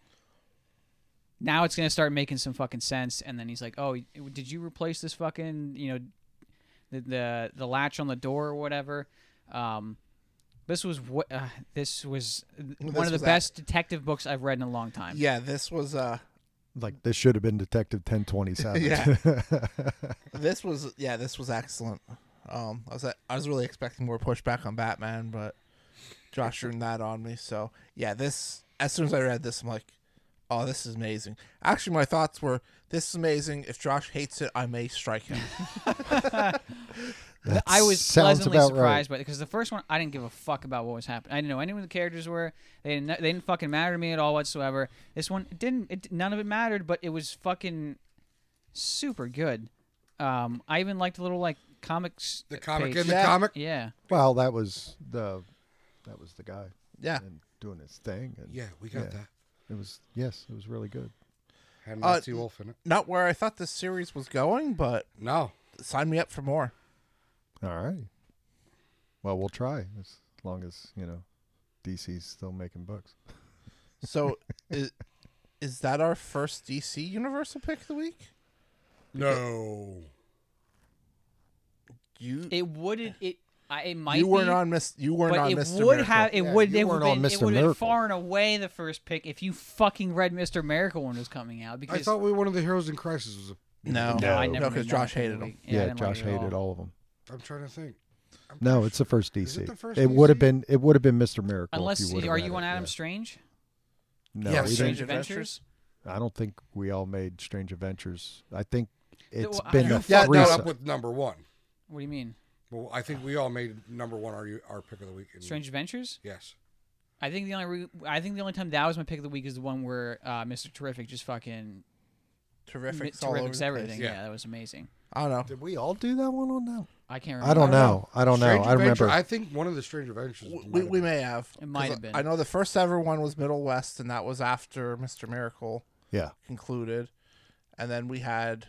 E: now it's gonna start making some fucking sense and then he's like oh did you replace this fucking you know the the, the latch on the door or whatever um this was what uh, this was one of the
D: was a-
E: best detective books I've read in a long time.
D: Yeah, this was uh
B: Like this should have been Detective 1027. [LAUGHS]
D: Yeah. this was yeah, this was excellent. Um I was at, I was really expecting more pushback on Batman, but Josh turned that on me. So yeah, this as soon as I read this I'm like, oh this is amazing. Actually my thoughts were this is amazing. If Josh hates it, I may strike him.
B: That
E: I was
B: sounds
E: pleasantly
B: about
E: surprised by it because the first one I didn't give a fuck about what was happening. I didn't know any of the characters were. They didn't. They didn't fucking matter to me at all whatsoever. This one it didn't. It, none of it mattered, but it was fucking super good. Um, I even liked the little like comics. uh,
C: The comic
E: page.
C: in the
D: Yeah.
C: comic.
E: Yeah,
B: Right. Well, that was the that was the guy
D: yeah.
B: and doing his thing. And
C: Yeah, we got
B: Yeah.
C: that.
B: It was yes, it was really good.
C: Had
D: Uh,
C: Nazi Wolf in it.
D: Not where I thought this series was going, but
C: No,
D: sign me up for more.
B: All right. Well, we'll try as long as you know DC's still making books.
D: So [LAUGHS] is, is that our first DC Universal pick of the week?
C: no.
D: You
E: it would. It. it I, it might.
D: you weren't
E: be,
D: on Miss you weren't
E: But
D: on
E: it
D: Mr.
E: would
D: Miracle.
E: have. It
B: Yeah,
E: would.
B: you
E: It would
B: weren't
E: have
B: on
E: been. It
B: Mr.
E: would have been
B: Miracle.
E: far and away the first pick if you fucking read Mister Miracle when it was coming out. Because
C: I thought we one of the heroes in crisis was. A,
D: No,
E: no, I
B: No.
E: never. read
D: because
E: that
D: Josh
E: pick of
D: hated
E: the
D: him.
E: week. I
B: Yeah,
E: didn't like
B: Josh
E: it at
B: hated all of them.
C: I'm trying to think. I'm
B: No,
C: pretty
B: it's the first DC.
C: Is it the first
B: would have
C: DC?
B: been it would have been Mr. Miracle. if
E: Unless
B: you would have
E: are
B: read
E: you on
B: it,
E: Adam
B: yeah.
E: Strange?
B: No,
D: Yeah,
B: we
D: Strange
B: didn't-
D: Adventures?
B: I don't think we all made Strange Adventures. I think it's
E: well, I
B: been
E: don't-
B: a
C: sure. You
B: threesome.
C: fucked up with number one.
E: What do you mean?
C: Well, I think we all made number one our our pick of the
B: Mm.
C: week. in-
E: Strange Adventures?
C: Yes.
E: I think the only re- I think the only time that was my pick of the week is the one where uh, Mr. Terrific just fucking mi-
D: Terrific.
E: terrifics everything.
C: Yeah.
E: Yeah. that was amazing.
D: I don't know.
B: Did we all do that one on now?
E: I can't remember.
B: I don't know. I don't know.
C: Strange
B: Oh, I
C: Adventure-
B: remember.
C: I think one of the Strange Adventures.
D: W-
C: might
D: We,
C: have
D: we
C: been.
D: may have.
E: It might
D: 'cause
E: have been.
D: I know the first ever one was Middle West, and that was after Mr. Miracle
B: Yeah.
D: concluded, and then we had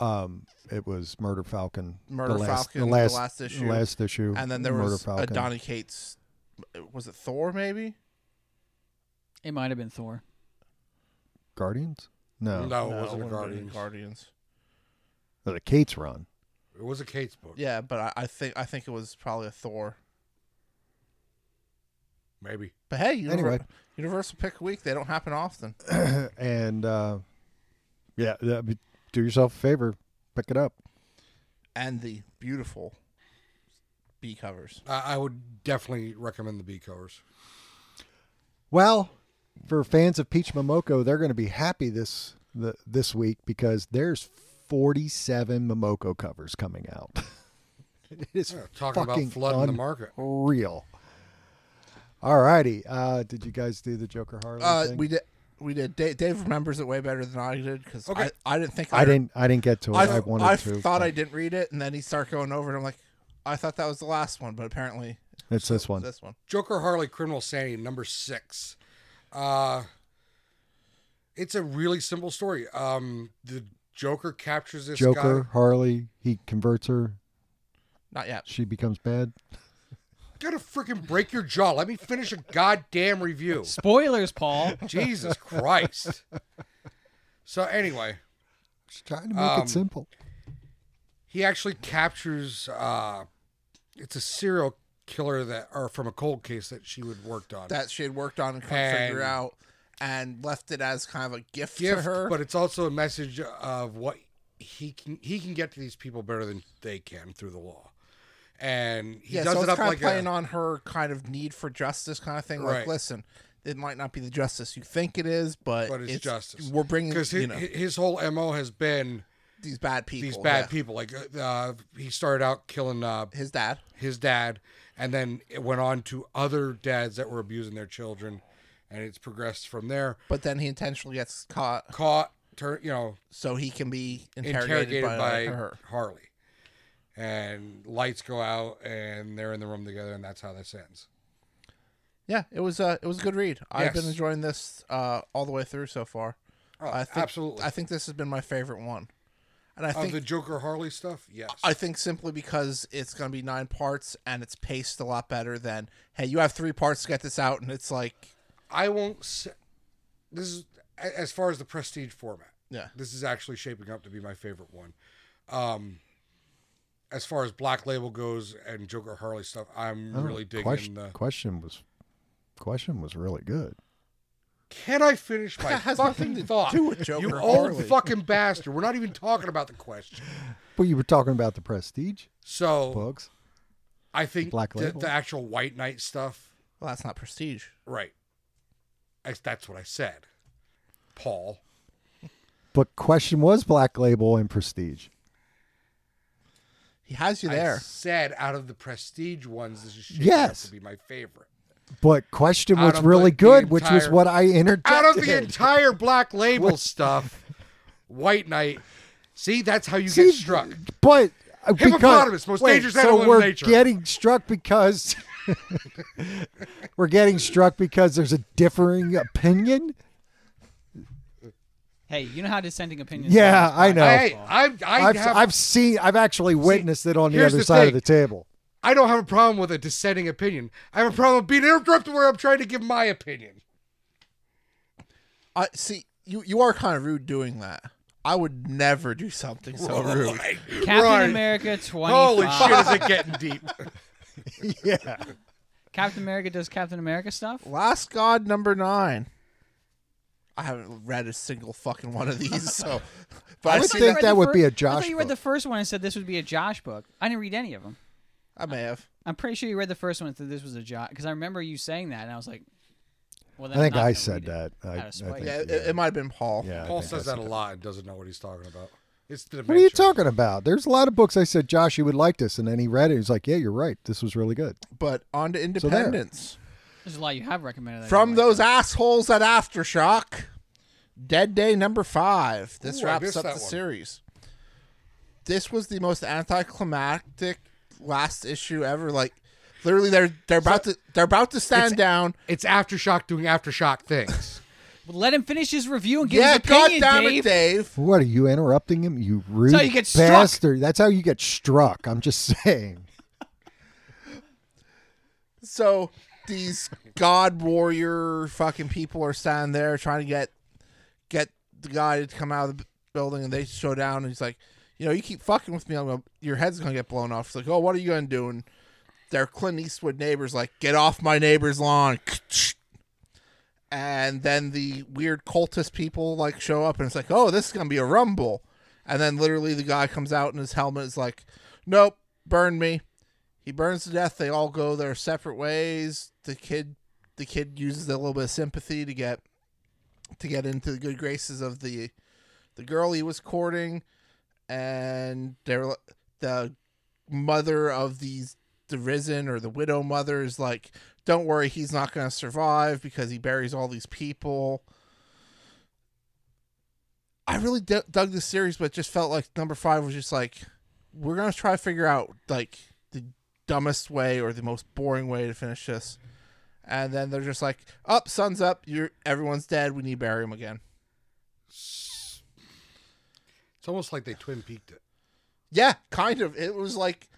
B: Um, it was Murder Falcon.
D: Murder
B: the last,
D: Falcon,
B: The
D: the
B: last,
D: last issue.
B: last issue,
D: and then there
B: Murder
D: was a
B: Falcon.
D: Donny Cates. Was it Thor? Maybe
E: It might have been Thor.
B: Guardians. No,
C: No, it
D: No,
C: wasn't a
D: wouldn't have been
C: Guardians.
D: Guardians.
B: No, the Kate's run.
C: It was a Kate's book.
D: Yeah, but I, I think I think it was probably a Thor.
C: Maybe.
D: But hey, Univer-
B: Anyway.
D: Universal pick a week. They don't happen often.
B: and uh, yeah, that, be- do yourself a favor, pick it up.
D: And the beautiful B covers.
C: I, I would definitely recommend the B covers.
B: Well, for fans of Peach Momoko, they're going to be happy this the, this week because there's 47 Momoko covers coming out. [LAUGHS] it is
C: Yeah, talking about
B: fucking
C: flooding the market.
B: Real. All righty. Uh, did you guys do the Joker Harley
D: Uh,
B: thing?
D: we did. We did. Dave, Dave remembers it way better than I did because
C: Okay.
D: I, I didn't think
B: I didn't. I didn't get to it.
D: I,
B: I, wanted
D: I
B: to.
D: thought
B: but
D: I didn't read it, and then he started going over it. I'm like, I thought that was the last one, but apparently
B: It's this one.
D: this one.
C: Joker Harley Criminal Sanity, number six. Uh, it's a really simple story. Um, the Joker captures this
B: Joker Harley. He converts her.
D: Not yet.
B: She becomes bad.
C: guy. Gotta freaking break your jaw. Let me finish a goddamn
D: [LAUGHS]
C: review.
E: Spoilers,
B: [LAUGHS]
E: Paul.
C: Jesus Christ. So anyway,
B: She's trying to make
C: Um,
B: it simple.
C: he actually captures. Uh, it's a serial killer that, or from a cold case that she would worked on.
D: That she had worked on and couldn't figure
C: And-
D: out, and left it as kind of a gift,
C: gift,
D: to her.
C: but it's also a message of what he can he can get to these people better than they can through the law, and he
D: yeah,
C: does
D: so
C: it
D: it's
C: up
D: kind
C: like
D: of playing
C: a,
D: on her kind of need for justice, kind of thing. Like,
C: Right.
D: listen, it might not be the justice you think it is, but,
C: but it's, justice
D: We're bringing,
C: because his,
D: you know,
C: his whole mo has been
D: these bad people.
C: these bad
D: yeah.
C: people. Like uh, uh, he started out killing uh,
D: His dad.
C: his dad, and then it went on to other dads that were abusing their children, and it's progressed from there.
D: But then he intentionally gets caught
C: Caught, tur you know,
D: so he can be interrogated,
C: interrogated, by,
D: her.
C: Harley, and lights go out, and they're in the room together, and that's how this ends.
D: Yeah, it was uh, it was a good read. I've been
C: Yes.
D: enjoying this uh, all the way through so far.
C: Oh,
D: I think,
C: absolutely.
D: I think this has been my favorite one, and I
C: of
D: think
C: the Joker Harley stuff, yes.
D: I think simply because it's going to be nine parts and it's paced a lot better than hey, you have three parts to get this out, and it's like
C: I won't. Say, this is a- as far as the prestige format.
D: Yeah.
C: this is actually shaping up to be my favorite one. Um, as far as Black Label goes and Joker Harley stuff, I'm
D: Oh,
B: I don't-
C: really digging
B: question,
C: the.
B: question was question was really good.
C: Can I finish my
D: that [LAUGHS] has
C: fucking
D: nothing to
C: thought?
D: do with Joker
C: You
D: Harley.
C: old fucking bastard! We're not even talking about the question.
B: Well, you were talking about the prestige
C: So
B: books.
C: I think
B: Black
C: the,
B: Label?
C: the actual White Knight stuff,
D: well, that's not prestige.
C: right? I, that's what I said, Paul.
B: But question was Black Label and Prestige.
D: He has you
C: I
D: there.
C: said out of the prestige ones, this is shaping
B: Yes.
C: up to be my favorite.
B: But question
C: Out
B: was
C: of,
B: really
C: like, the
B: good, which was
C: entire-
B: what I interjected.
C: out of the entire black label stuff, White Knight. See, that's how you
B: See,
C: get struck.
B: But uh, because-
C: Hippopotamus, most
B: wait,
C: dangerous
B: so
C: animal in
B: we're
C: nature.
B: getting struck because [LAUGHS] we're getting struck because there's a differing opinion.
E: Hey, you know how dissenting opinions.
B: Yeah,
E: are.
B: I know.
C: I, I, I,
B: I've,
C: have,
B: I've seen, I've actually witnessed it on the
C: here's
B: other
C: the
B: side of
C: thing.
B: the
D: [LAUGHS]
B: table.
C: I don't have a problem with a dissenting opinion. I have a problem with being interrupted where I'm trying to give my opinion.
D: I see you. You are kind of rude doing that. I would never do
C: [LAUGHS]
D: something so rude.
C: Like,
E: Captain
C: right.
E: America 25.
C: Holy shit, is it getting deep?
B: yeah,
E: Captain America does Captain America stuff.
D: Last God number nine. I haven't read a single fucking one
C: [LAUGHS]
D: of these, so. But
B: I
D: I,
B: would
E: thought
D: see
E: you
B: think
E: read
B: that
E: the
B: would
E: fir-
B: be a
E: I
B: Josh
E: thought you read
B: book.
E: the first one and said this would be a Josh book. I didn't read any of them.
D: I may have.
E: I'm pretty sure you read the first one and said this was a Josh because I remember you saying that and I was like, well,
B: I
E: then I'm
B: think
E: not
B: I
E: gonna
B: said
E: read it.
B: that. I,
E: Out of
B: I
E: spite.
B: think,
D: Yeah, it, it might have been Paul.
B: Yeah, I
C: Paul
B: think
C: says
B: I said
C: that a lot and doesn't know what he's talking about. It's the
B: What are you
C: dementia.
B: talking about? There's a lot of books I said, Josh, you would like this, and then he read it. He's like, Yeah, you're right. This was really good.
D: But on to
B: there.
D: Independence.
E: There's a lot you have recommended. that I
D: From
E: didn't like.
D: those assholes at Aftershock, Dead Day number five. This
C: Ooh, I
D: wraps
C: missed
D: up the
C: that one.
D: series. This was the most anticlimactic last issue ever. Like, literally, they're they're about to they're about to stand down.
C: It's aftershock doing aftershock things.
E: Well, let him finish his review and give
D: Yeah,
E: his opinion,
D: goddamn
E: Dave.
D: it, Dave.
B: What are you interrupting him? You rude
E: how you get struck.
B: bastard. That's how you get struck. I'm just [LAUGHS] saying.
D: So these god warrior fucking people are standing there trying to get get the guy to come out of the b- building, and they show down. And he's like, you know, you keep fucking with me, I'm gonna, your head's gonna get blown off. It's like, oh, what are you gonna do? And their Clint Eastwood neighbors like, get off my neighbor's lawn. And then the weird cultist people like show up, and it's like, oh, this is gonna be a rumble. And then literally the guy comes out in his helmet is like, nope, burn me he burns to death they all go their separate ways the kid the kid uses a little bit of sympathy to get to get into the good graces of the the girl he was courting and they're the mother of these the risen or the widow mother is like don't worry he's not going to survive because he buries all these people i really d- dug this series but it just felt like number five was just like we're going to try to figure out like the dumbest way or the most boring way to finish this and then they're just like up sun's up you're everyone's dead we need to bury him again
C: it's almost like they twin peaked it.
D: Yeah, kind of. It was like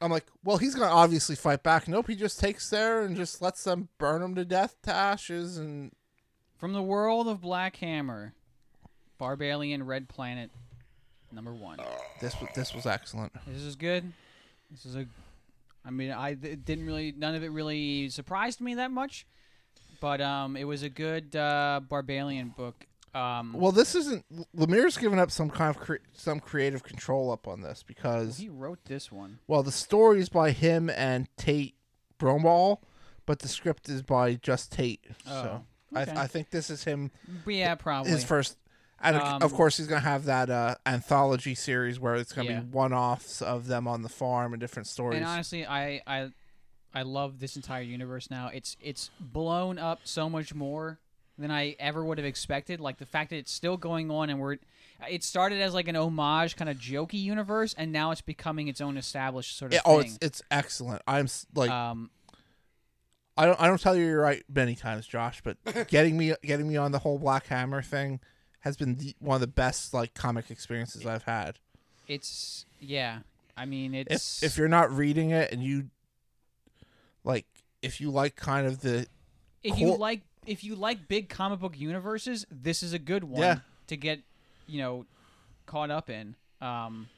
D: I'm like, well, he's gonna obviously fight back. Nope, he just takes there and just lets them burn him to death to ashes. And
E: From the world of Black Hammer, Barbalian Red Planet, number one.
D: this was this was excellent.
E: This is good. This is a. I mean, I it didn't really. None of it really surprised me that much, but um, it was a good uh, Barbalian book. Um,
D: Well, this isn't Lemire's given up some kind of cre- some creative control up on this because
E: he wrote this one.
D: well, the story is by him and Tate Bromall, but the script is by just Tate. so
E: Oh, okay.
D: I, I think this is him
E: But yeah, probably.
D: his first. And of-
E: Um,
D: of course, he's going to have that uh, anthology series where it's going to
E: Yeah.
D: be one-offs of them on the farm and different stories.
E: And honestly, I I I love this entire universe now. It's it's blown up so much more than I ever would have expected. Like the fact that it's still going on, and we're it started as like an homage kind of jokey universe, and now it's becoming its own established sort of
D: Yeah, oh,
E: thing.
D: it's it's excellent. I'm s- like
E: um,
D: I don't I don't tell you you're right many times, Josh,
E: [LAUGHS]
D: but getting me getting me on the whole Black Hammer thing has been the, one of the best like comic experiences I've had.
E: it's yeah. I mean,
D: If
E: it's
D: if you're not reading it and you like if you like kind of the
E: if you
D: Cool.
E: like if you like big comic book universes, this is a good one
D: Yeah.
E: to get you know caught up in. Um,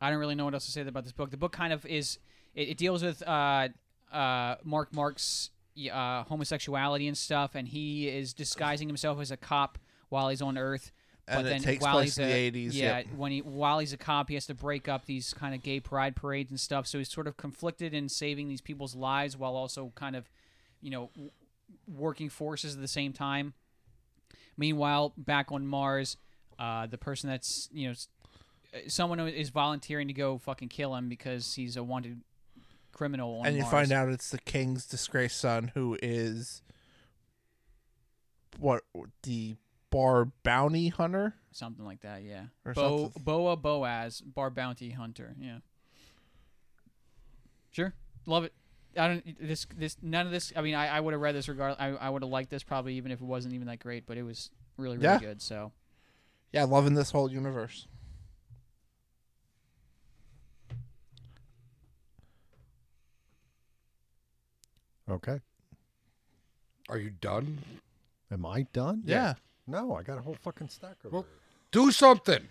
E: I don't really know what else to say about this book. The book kind of is it, it deals with uh, uh, Mark Mark's y- uh, homosexuality and stuff, and he is disguising himself as a cop while he's on Earth.
D: And
E: but
D: it
E: then
D: takes
E: while
D: place
E: he's
D: in the
E: a-
D: 80s,
E: Yeah,
D: yep.
E: when he while he's a cop, he has to break up these kind of gay pride parades and stuff. So he's sort of conflicted in saving these people's lives while also kind of, you know, w- working forces at the same time. Meanwhile, back on Mars, uh, the person that's you know, s- uh, someone who is volunteering to go fucking kill him because he's a wanted criminal. On
D: and you
E: Mars.
D: find out it's the king's disgraced son who is what the bar bounty hunter
E: something like that. Yeah,
D: Or
E: Bo-
D: something.
E: Boa Boaz, bar bounty hunter. Yeah, sure, love it. I don't this this none of this. I mean, I, I would have read this regard. I, I would have liked this probably even if it wasn't even that great, but it was really really
D: Yeah.
E: good. So
D: yeah loving this whole universe
B: Okay.
C: Are you done?
B: Am I done?
D: yeah,
F: No, I got a whole fucking stack of
C: Well, Do something.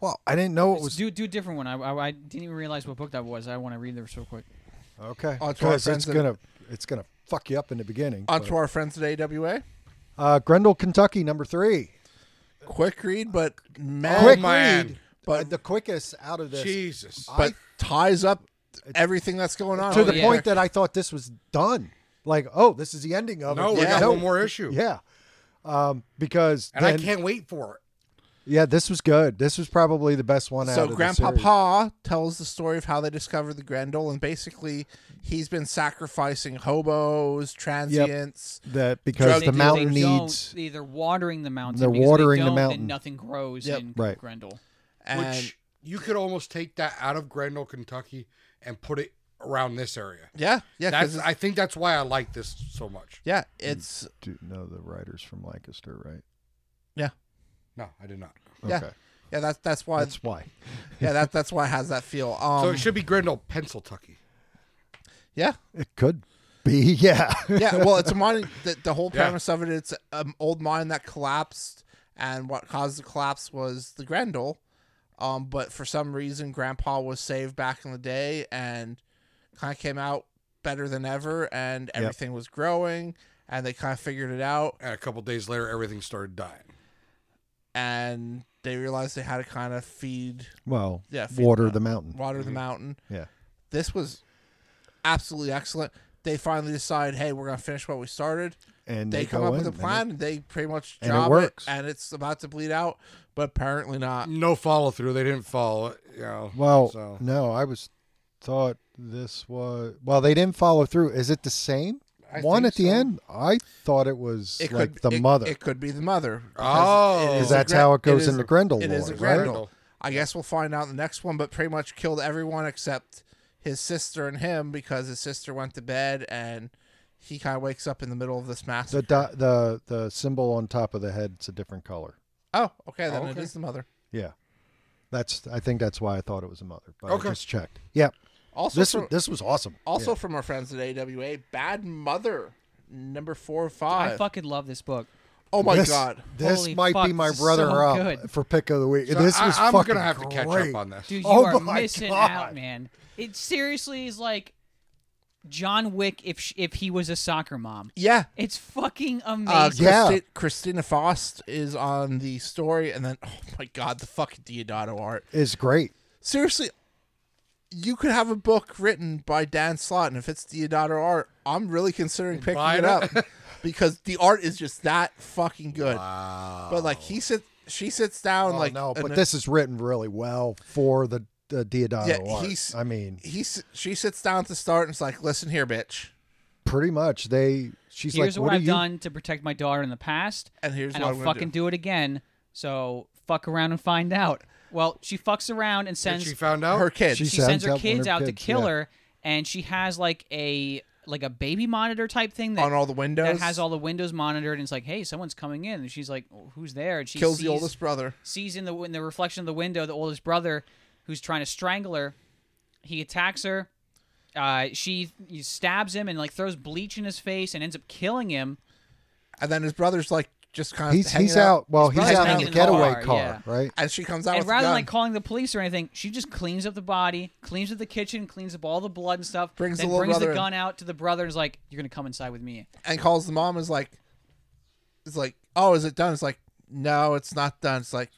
B: Well, I didn't know it
E: Let's
B: was
E: do do a different one. I, I I didn't even realize what book that was. I want to read this real quick.
B: okay.
D: Oh, it's
B: Because
D: one of the
B: it's
D: friends that-
B: gonna it's gonna fuck you up in the beginning.
D: on
B: but-
D: to our friends at awa
B: uh, Grendel, Kentucky, number three.
D: quick read but mad
C: Quick
D: read,
C: man.
D: Uh,
B: But the quickest out of this
C: Jesus.
B: I-
D: but ties up everything that's going on
B: to
E: Oh,
B: the
E: yeah.
B: point that I thought this was done. Like, oh, this is the ending of
C: No,
B: it.
C: we got one more issue.
B: Yeah. Um, because
C: And I
B: then-
C: can't wait for it.
B: Yeah, this was good. This was probably the best one. out
D: So
B: of the series.
D: Grandpapa tells the story of how they discovered the Grendel, and basically he's been sacrificing hobos, transients.
B: that because
D: Drug
B: the
E: do-
B: mountain
E: they don't-
B: needs
E: They're either watering the mountain.
B: They're
E: because if they
B: watering the
E: don't, then
B: mountain.
E: nothing grows
D: Yep.
E: in
B: Right.
E: Grendel.
D: And
C: which you could almost take that out of Grendel, Kentucky, and put it around this area.
D: yeah, yeah, 'cause
C: That's.
D: it's-
C: I think that's why I like this so much.
D: yeah, it's
B: do know the writers from Lancaster, right?
C: No, I did not.
D: Yeah. yeah. That's that's why.
B: that's why.
D: yeah,
B: [LAUGHS]
D: that that's why it has that feel. Um,
C: So it should be Grendel, Pennsylvania.
D: yeah,
B: It could be, [LAUGHS] yeah,
D: yeah. Well, it's a mine. The, the whole
C: Yeah.
D: premise of it, it's an old mine that collapsed, and what caused the collapse was the Grendel. Um, but for some reason, Grandpa was saved back in the day and kind of came out better than ever, and everything was growing, and they kind of figured it out,
C: And a couple days later, everything started dying.
D: and they realized they had to kind of feed,
B: well,
D: Yeah, feed
B: water
D: the
B: the mountain.
D: water the mountain.
B: Yeah,
D: This was absolutely excellent. They finally decide, hey, we're gonna finish what we started.
B: and
D: they, come
B: go
D: up with
B: in,
D: a
B: and
D: plan. And they pretty much
B: and it
D: job it,
B: works.
D: and it's about to bleed out, but apparently not.
C: No follow through. They didn't follow it. You know.
B: it- well,
C: so.
B: no, I was thought this was well, they didn't follow through. Is it the same
C: I
B: one
C: think
B: at the
C: so.
B: end? I thought it was
D: It
B: like
D: could,
B: the
D: it-
B: mother.
D: It could be the mother.
C: Oh.
D: it is
B: because
D: a
B: that's
D: Gren-
B: how it goes
D: is-
B: in the Grendel
D: It
B: lore,
D: is a
B: right?
D: Grendel. I guess we'll find out in the next one, but pretty much killed everyone except his sister and him because his sister went to bed and he kind of wakes up in the middle of this massacre.
B: The do- the the symbol on top of the head's a different color.
D: oh, okay, then it
C: okay.
D: is the mother.
B: Yeah, that's. I think that's why I thought it was a mother. But
C: Okay.
B: I just checked. Yeah,
D: Also,
B: this
D: from,
B: this was awesome.
D: also from our friends at AWA, Bad Mother, number four or
E: I
D: five.
E: fucking love this book.
D: oh my
B: this,
D: god.
B: This
E: Holy
B: might
E: fuck,
B: be my
E: this is
B: brother
E: so
B: up
E: good.
B: for pick of the week.
C: So
B: this was
C: I, I'm
B: fucking
C: gonna have to catch
B: great.
C: up on this.
E: Dude, you
B: Oh
E: are
B: my
E: missing
B: God.
E: out, man. It seriously is like John Wick if sh- if he was a soccer mom.
D: Yeah,
E: It's fucking
D: Uh,
E: amazing.
B: Yeah.
D: Christi- Christina Fost is on the story, and then oh my god, the fucking Diodato art.
B: Is great.
D: Seriously, you could have a book written by Dan Slott, and if it's Diodato art, I'm really considering picking
B: [LAUGHS]
C: Buying
D: it up.
C: it?
D: because the art is just that fucking good.
C: Wow.
D: But like he sits, she sits down
B: Oh,
D: like
B: no, but
D: and
B: this is written really well for the, the Diodoro
D: Yeah,
B: art.
D: he's-
B: I mean,
D: he s- she sits down at the start and it's like, listen here, bitch,
B: pretty much they. She's
E: Here's
B: like,
E: what,
B: "What, are
E: I've
B: you?"
E: done to protect my daughter in the past,
D: and here's
E: and
D: what
E: I'll
D: I'm
E: fucking
D: fucking do.
E: do. it again. So fuck around and find out. Well, she fucks around and
C: and
E: sends
C: she found out.
D: her kids.
B: She's-
E: she
B: sends
E: sends her
B: out one of
E: kids
B: her
E: out to
B: kids,
E: kill
B: yeah.
E: her, and she has like a like a baby monitor type thing that
D: on all the windows
E: that has all the windows monitored, and it's like, hey, someone's coming in, and she's like, "Oh, who's there? And she
D: kills
E: sees,
D: the oldest brother.
E: sees in the in the reflection of the window the oldest brother, who's trying to strangle her. He attacks her. Uh, she he stabs him and like throws bleach in his face and ends up killing him.
D: And then his brother's like just kind of
B: He's
D: hanging
B: he's out. Well,
E: His
B: he's
E: brother's
B: out in
E: hanging
B: the
E: in the
B: getaway
E: car,
B: car,
E: yeah.
B: right?
D: and she comes out
E: And
D: with a
E: rather than
D: gun.
E: like calling the police or anything, she just cleans up the body, cleans up the kitchen, cleans up all the blood and stuff.
D: Brings
E: then
D: the little
E: brings
D: brother
E: the
D: in.
E: gun out to the brother and is like, "You're gonna come inside with me."
D: and calls the mom is like it's like oh is it done it's like no it's not done it's like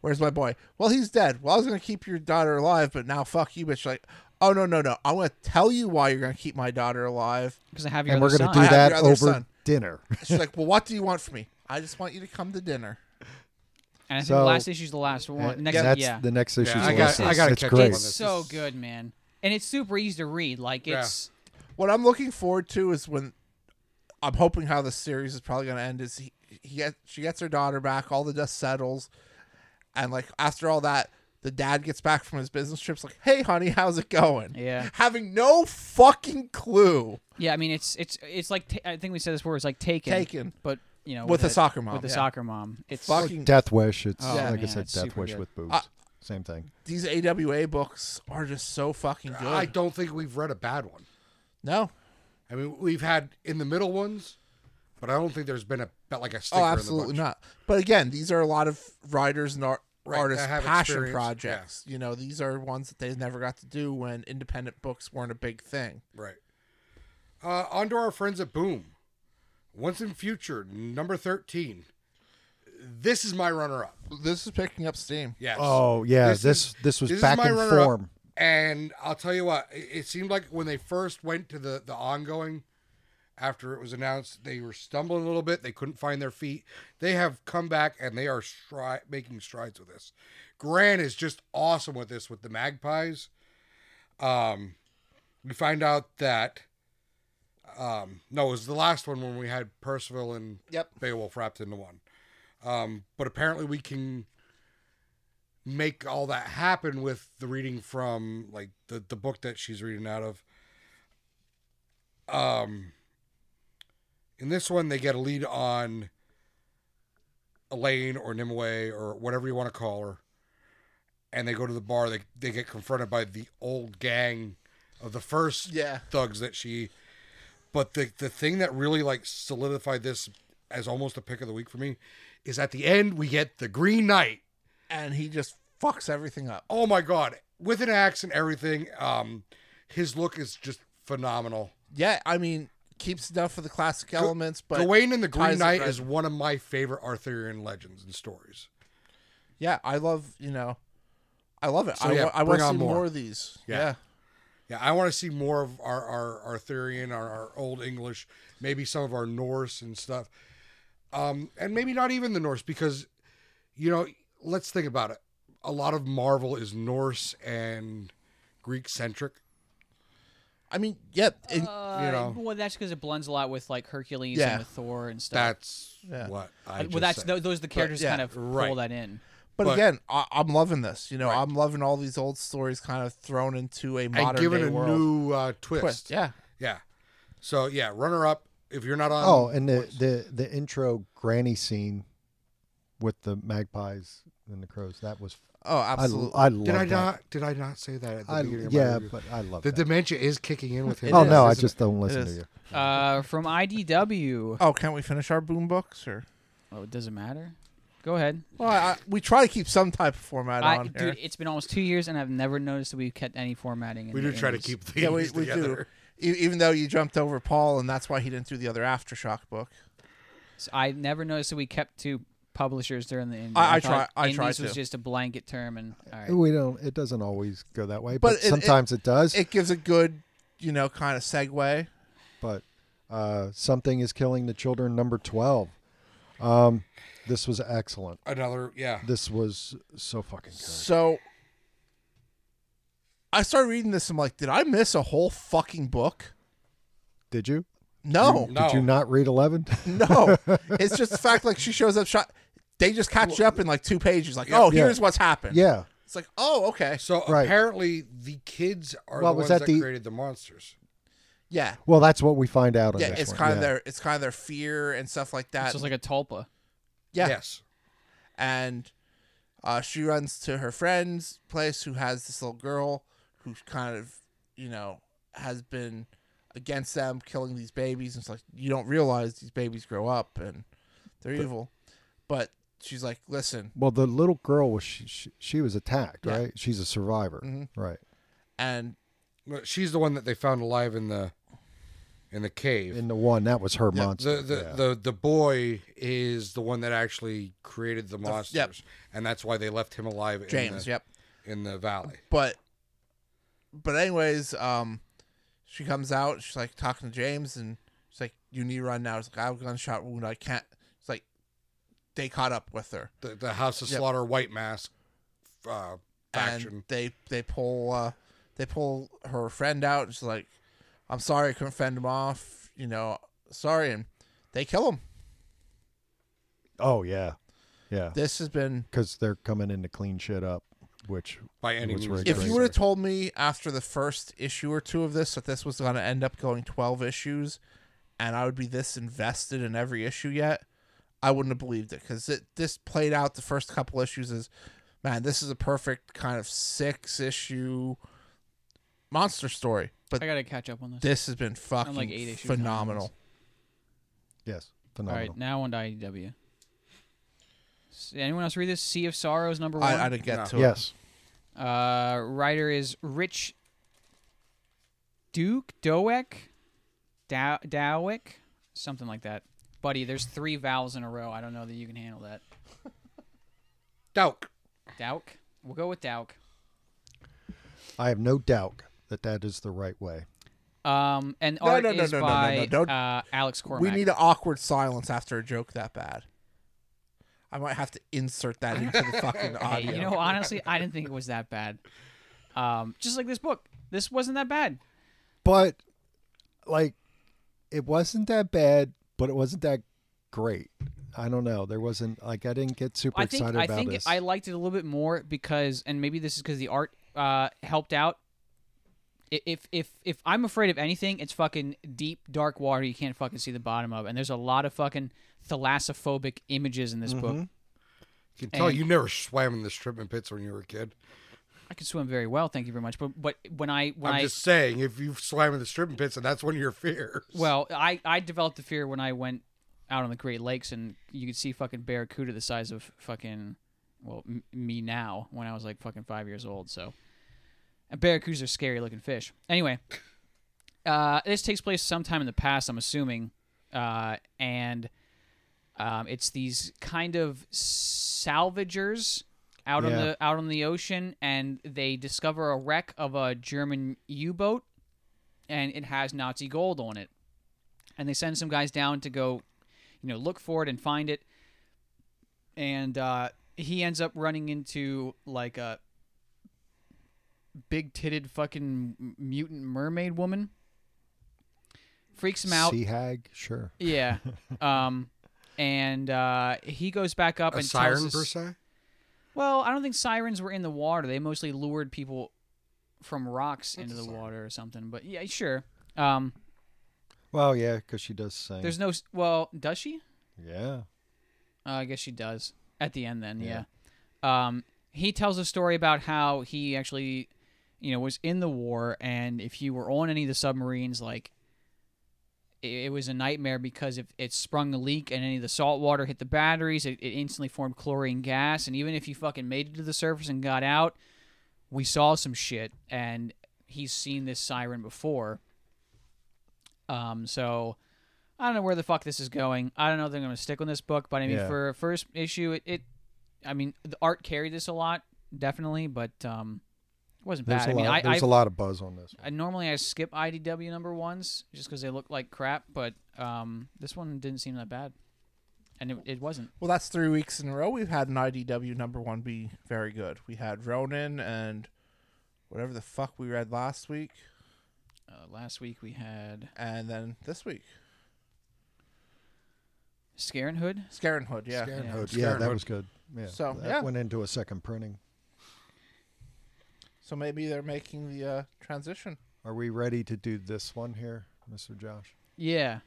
D: where's my boy well he's dead well i was gonna keep your daughter alive but now fuck you bitch like oh no no no i'm gonna tell you why you're gonna keep my daughter alive
E: Because I have your
B: And
E: other
B: we're gonna
E: son.
B: do
D: I have
B: that
D: your other
B: over
D: son.
B: dinner.
E: [LAUGHS]
D: she's like well what do you want from me i just want you to come to dinner
E: And I think the
B: So-
E: last issue's the last one. Next,
B: that's
E: yeah,
B: the next issue.
C: I got- I gotta
B: it's
C: catch up
B: great.
C: on
E: it's
C: this
E: so
C: is-
E: good, man. And it's super easy to read. Like
C: Yeah.
E: it's
D: what i'm looking forward to is when i'm hoping how this series is probably gonna end is he, he get, she gets her daughter back all the dust settles and like after all that the dad gets back from his business trips like hey honey how's it going
E: yeah,
D: having no fucking clue
E: yeah. I mean, it's it's it's like ta- I think we said this word. It's like taken,
D: taken
E: but you know,
D: with, a, soccer mom.
E: with a
D: yeah.
E: soccer mom. It's
D: Fucking
B: Death Wish. It's
E: Oh,
B: like
E: man,
B: I said,
E: it's
B: Death
E: super
B: Wish
E: good.
B: with boobs.
D: I-
B: Same thing.
D: these AWA books are just so fucking good.
C: I don't think we've read a bad one.
D: no.
C: I mean, we've had in the middle ones, but I don't think there's been a but like a sticker
D: Oh, absolutely
C: in the bunch.
D: not. But again, these are a lot of writers and art,
C: Right,
D: artists
C: that have
D: passion
C: experience,
D: projects. You know, these are ones that they never got to do when independent books weren't a big thing.
C: Right. Uh, on to our friends at Boom. Once in Future, number 13. This is my runner up.
D: This is picking up steam.
C: Yes.
B: Oh yeah, this
C: This this-
B: this,
C: is-
B: was
C: this is back
B: back
C: my in
B: in
C: runner-up. um,
B: form.
C: form. And I'll tell you what, it, it seemed like when they first went to the, the ongoing, after it was announced, they were stumbling a little bit. They couldn't find their feet. They have come back and they are stri- making strides with this. Gran is just awesome with this, with the magpies. Um, we find out that, um, no, it was the last one when we had Percival and
D: Yep.
C: Beowulf wrapped into one. Um, but apparently we can make all that happen with the reading from like the, the book that she's reading out of. Um, in this one, they get a lead on Elaine or Nimue or whatever you want to call her. And they go to the bar. They, they get confronted by the old gang of the first
D: Yeah.
C: thugs that she but the the thing that really like solidified this as almost a pick of the week for me is at the end we get the green knight
D: And he just fucks everything up.
C: oh my god with an axe and everything um his look is just phenomenal
D: Yeah, I mean, keeps enough of the classic elements, but
C: gawain and the green
D: ties it
C: knight
D: right-
C: is one of my favorite arthurian legends and stories
D: yeah, I love, you know, I love it.
C: So,
D: I,
C: yeah,
D: wa- I
C: bring
D: want to
C: on
D: see
C: more.
D: more. of these.
C: Yeah.
D: yeah.
C: yeah i want to see more of our, our arthurian our, our old english maybe some of our norse and stuff um and maybe not even the norse because you know, let's think about it. A lot of Marvel is Norse and Greek centric.
D: I mean, yep. it-
E: uh,
C: you know.
E: well, that's because it blends a lot with like Hercules
D: Yeah.
E: and with Thor and stuff.
C: That's
D: Yeah.
C: what I.
E: Uh,
C: just
E: well, that's
C: said.
E: tho- those are the characters
D: yeah,
E: kind of
C: right.
E: pull that in.
D: But,
C: But-
D: again, I, I'm loving this. You know,
C: Right.
D: I'm loving all these old stories kind of thrown into a modern
C: and given
D: day
C: a
D: world.
C: new uh, twist.
D: twist.
C: Yeah.
D: Yeah,
C: So yeah, runner up. If you're not on.
B: oh, and the, the the intro granny scene with the magpies and the crows. That was
D: oh,
B: I,
D: absolutely.
B: I love
C: did I
B: that.
C: not? Did I not say that at the
B: I,
C: beginning? of my
B: yeah,
C: review?
B: but I love
C: the
B: that.
C: dementia is kicking in
B: [LAUGHS]
C: with him.
D: It
B: oh
D: is,
B: no, I
C: isn't
B: just don't listen
D: It
B: to
D: is.
B: you.
E: Uh, from IDW.
D: oh, can't we finish our boom books or?
E: Oh, it doesn't matter. Go ahead.
D: Well, I, we try to keep some type of format
E: I,
D: on
E: dude,
D: here.
E: it's been almost two years, and I've never noticed that we've kept any formatting. In
C: it? We
E: the
C: do try to
E: indies.
C: keep things
D: yeah, we, we do.
C: together.
D: E- Even though you jumped over Paul, and that's why he didn't do the other aftershock book.
E: So I never noticed that we kept two publishers during the indie.
D: I- I
E: thought
D: try- I try
E: indies was
D: to.
E: just a blanket term, and all right.
B: We don't. It doesn't always go that way,
D: But
B: but,
D: it- it-
B: sometimes it, does.
D: It gives a good, you know, kind of segue.
B: but Uh, Something is killing the children. Number twelve. Um, this was excellent.
C: Another, yeah.
B: This was so fucking good.
D: So I started reading this. I'm like, did I miss a whole fucking book?
B: Did you?
D: Oh, No,
C: No.
B: Did you not read eleven?
D: [LAUGHS]
B: [LAUGHS]
D: no. It's just the fact like she shows up. Shot. They just catch you up in like two pages. Like, oh,
B: Yeah.
D: here's what's happened.
B: yeah.
D: It's like, oh, okay.
C: So
B: Right.
C: apparently the kids are
B: Well,
C: the
B: was
C: ones
B: that
C: that,
B: the-
C: created the monsters.
D: Yeah.
B: Well, that's what we find out. On
D: Yeah,
B: this
D: it's
B: one.
D: kind of
B: Yeah.
D: their it's kind of their fear and stuff like that.
E: It's just like a tulpa.
D: yeah.
C: Yes.
D: and uh, she runs to her friend's place who has this little girl who's kind of you know has been against them killing these babies and it's like you don't realize these babies grow up and they're evil but she's like listen
B: Well, the little girl was she, she, she was attacked,
D: Yeah.
B: right? She's a survivor,
D: Mhm.
B: right?
D: and
C: Well, She's the one that they found alive in the in the cave.
B: In the one that was her
D: Yeah,
B: monster.
C: the the,
B: yeah.
C: the the boy is the one that actually created the
D: yep.
C: monsters, and that's why they left him alive.
D: James
C: in the,
D: yep
C: in the valley.
D: but but anyways um she comes out she's like talking to james and she's like you need to run now it's like i have a gunshot wound i can't it's like they caught up with her
C: The, the House of
D: Yep.
C: Slaughter White Mask uh, faction.
D: and they they pull uh, they pull her friend out. And she's like, "I'm sorry, I couldn't fend him off. You know, sorry." And they kill him.
B: oh yeah, yeah,
D: This has been.
B: because they're coming in to clean shit up, which
C: By any
B: What's
C: means,
B: right,
D: If
B: right.
D: you would have told me after the first issue or two of this that this was going to end up going 12 issues, and I would be this invested in every issue yet, I wouldn't have believed it because it this played out the first couple issues as, man, this is a perfect kind of six issue monster story. But
E: I gotta catch up on this.
D: this has been fucking
E: like, eight issues now.
D: phenomenal.
B: yes,
E: All
B: phenomenal.
E: right, now on to IDW. S- Anyone else read this? Sea of Sorrows number one.
D: I, I didn't get
C: No.
D: to
B: Yes,
E: Uh, writer is Rich Duke Dowick, Dow- Dowick, something like that. Buddy, there's three vowels in a row. I don't know that you can handle that.
C: Douk.
E: Dowk. We'll go with Dowk.
B: I have no doubt that that is the right way.
E: Um, and
D: No,
E: art
D: no, no,
E: is
D: no, no, no,
E: by
D: no, don't-
E: uh, Alex
D: it.
E: Cormack.
D: We need an awkward silence after a joke that bad. I might have to insert that into the fucking
E: [LAUGHS] Hey,
D: audio.
E: you
D: [LAUGHS]
E: know, honestly, I didn't think it was that bad. Um, just like this book, this wasn't that bad.
B: But like, it wasn't that bad, but it wasn't that great. I don't know. There wasn't like I didn't get super
E: I think
B: excited
E: I
B: about
E: think
B: this.
E: I liked it a little bit more because, and maybe this is because the art uh, helped out. I- If if if I'm afraid of anything, it's fucking deep dark water you can't fucking see the bottom of, and there's a lot of fucking thalassophobic images in this
C: Mm-hmm.
E: book.
C: You can tell
E: And-
C: you never swam in the stripping pits when you were a kid.
E: I can swim very well, thank you very much. But but when I when
C: I'm
E: I
C: just saying, if you swam in the stripping pits, and that's one of your fears.
E: Well, I, I developed the fear when I went out on the Great Lakes and you could see fucking barracuda the size of fucking well m- me now when I was like fucking five years old. So, and barracudas are scary looking fish. Anyway, uh, this takes place sometime in the past, I'm assuming, uh, and um, it's these kind of salvagers out on
B: Yeah.
E: the out on the ocean, and they discover a wreck of a German U-boat, and it has Nazi gold on it, and they send some guys down to go, you know, look for it and find it, and uh, he ends up running into like a big titted fucking m- mutant mermaid woman. Freaks him out.
B: Sea hag, sure.
C: [LAUGHS]
E: Yeah. Um, and uh, he goes back up
C: a
E: and
C: siren
E: tells
C: per
E: us-
C: se.
E: Well, I don't think sirens were in the water. They mostly lured people from rocks into the water or something. But yeah, sure. Um,
B: Well, yeah, because she does sing.
E: there's no. s- Well, does she?
B: yeah.
E: Uh, I guess she does at the end. Then
B: Yeah.
E: yeah. Um, he tells a story about how he actually, you know, was in the war, and if you were on any of the submarines, like it, it was a nightmare because if it sprung a leak and any of the salt water hit the batteries, it, it instantly formed chlorine gas, and even if you fucking made it to the surface and got out, we saw some shit, and he's seen this siren before. Um, so. I don't know where the fuck this is going. I don't know if they're going to stick on this book, but I mean,
B: Yeah.
E: for a first issue, it, it, I mean, the art carried this a lot, definitely, but um, It wasn't
B: There's
E: bad.
B: a
E: I mean,
B: lot.
E: I,
B: there's
E: I,
B: a lot of buzz on this.
E: I normally I skip IDW number ones just because they look like crap, but um, this one didn't seem that bad, and it, it wasn't.
D: Well, that's three weeks in a row we've had an IDW number one be very good. We had Ronin and whatever the fuck we read last week,
E: Uh, last week we had
D: and then this week,
E: Scarenhood. Hood.
D: Scarenhood, yeah.
C: Scarin
E: Yeah.
C: Hood,
B: Yeah,
C: Scarin
B: that
C: Hood.
B: was good. Yeah,
D: So,
B: that
D: yeah.
B: went into a second printing.
D: So maybe they're making the uh, transition.
B: Are we ready to do this one here, Mister Josh?
E: Yeah,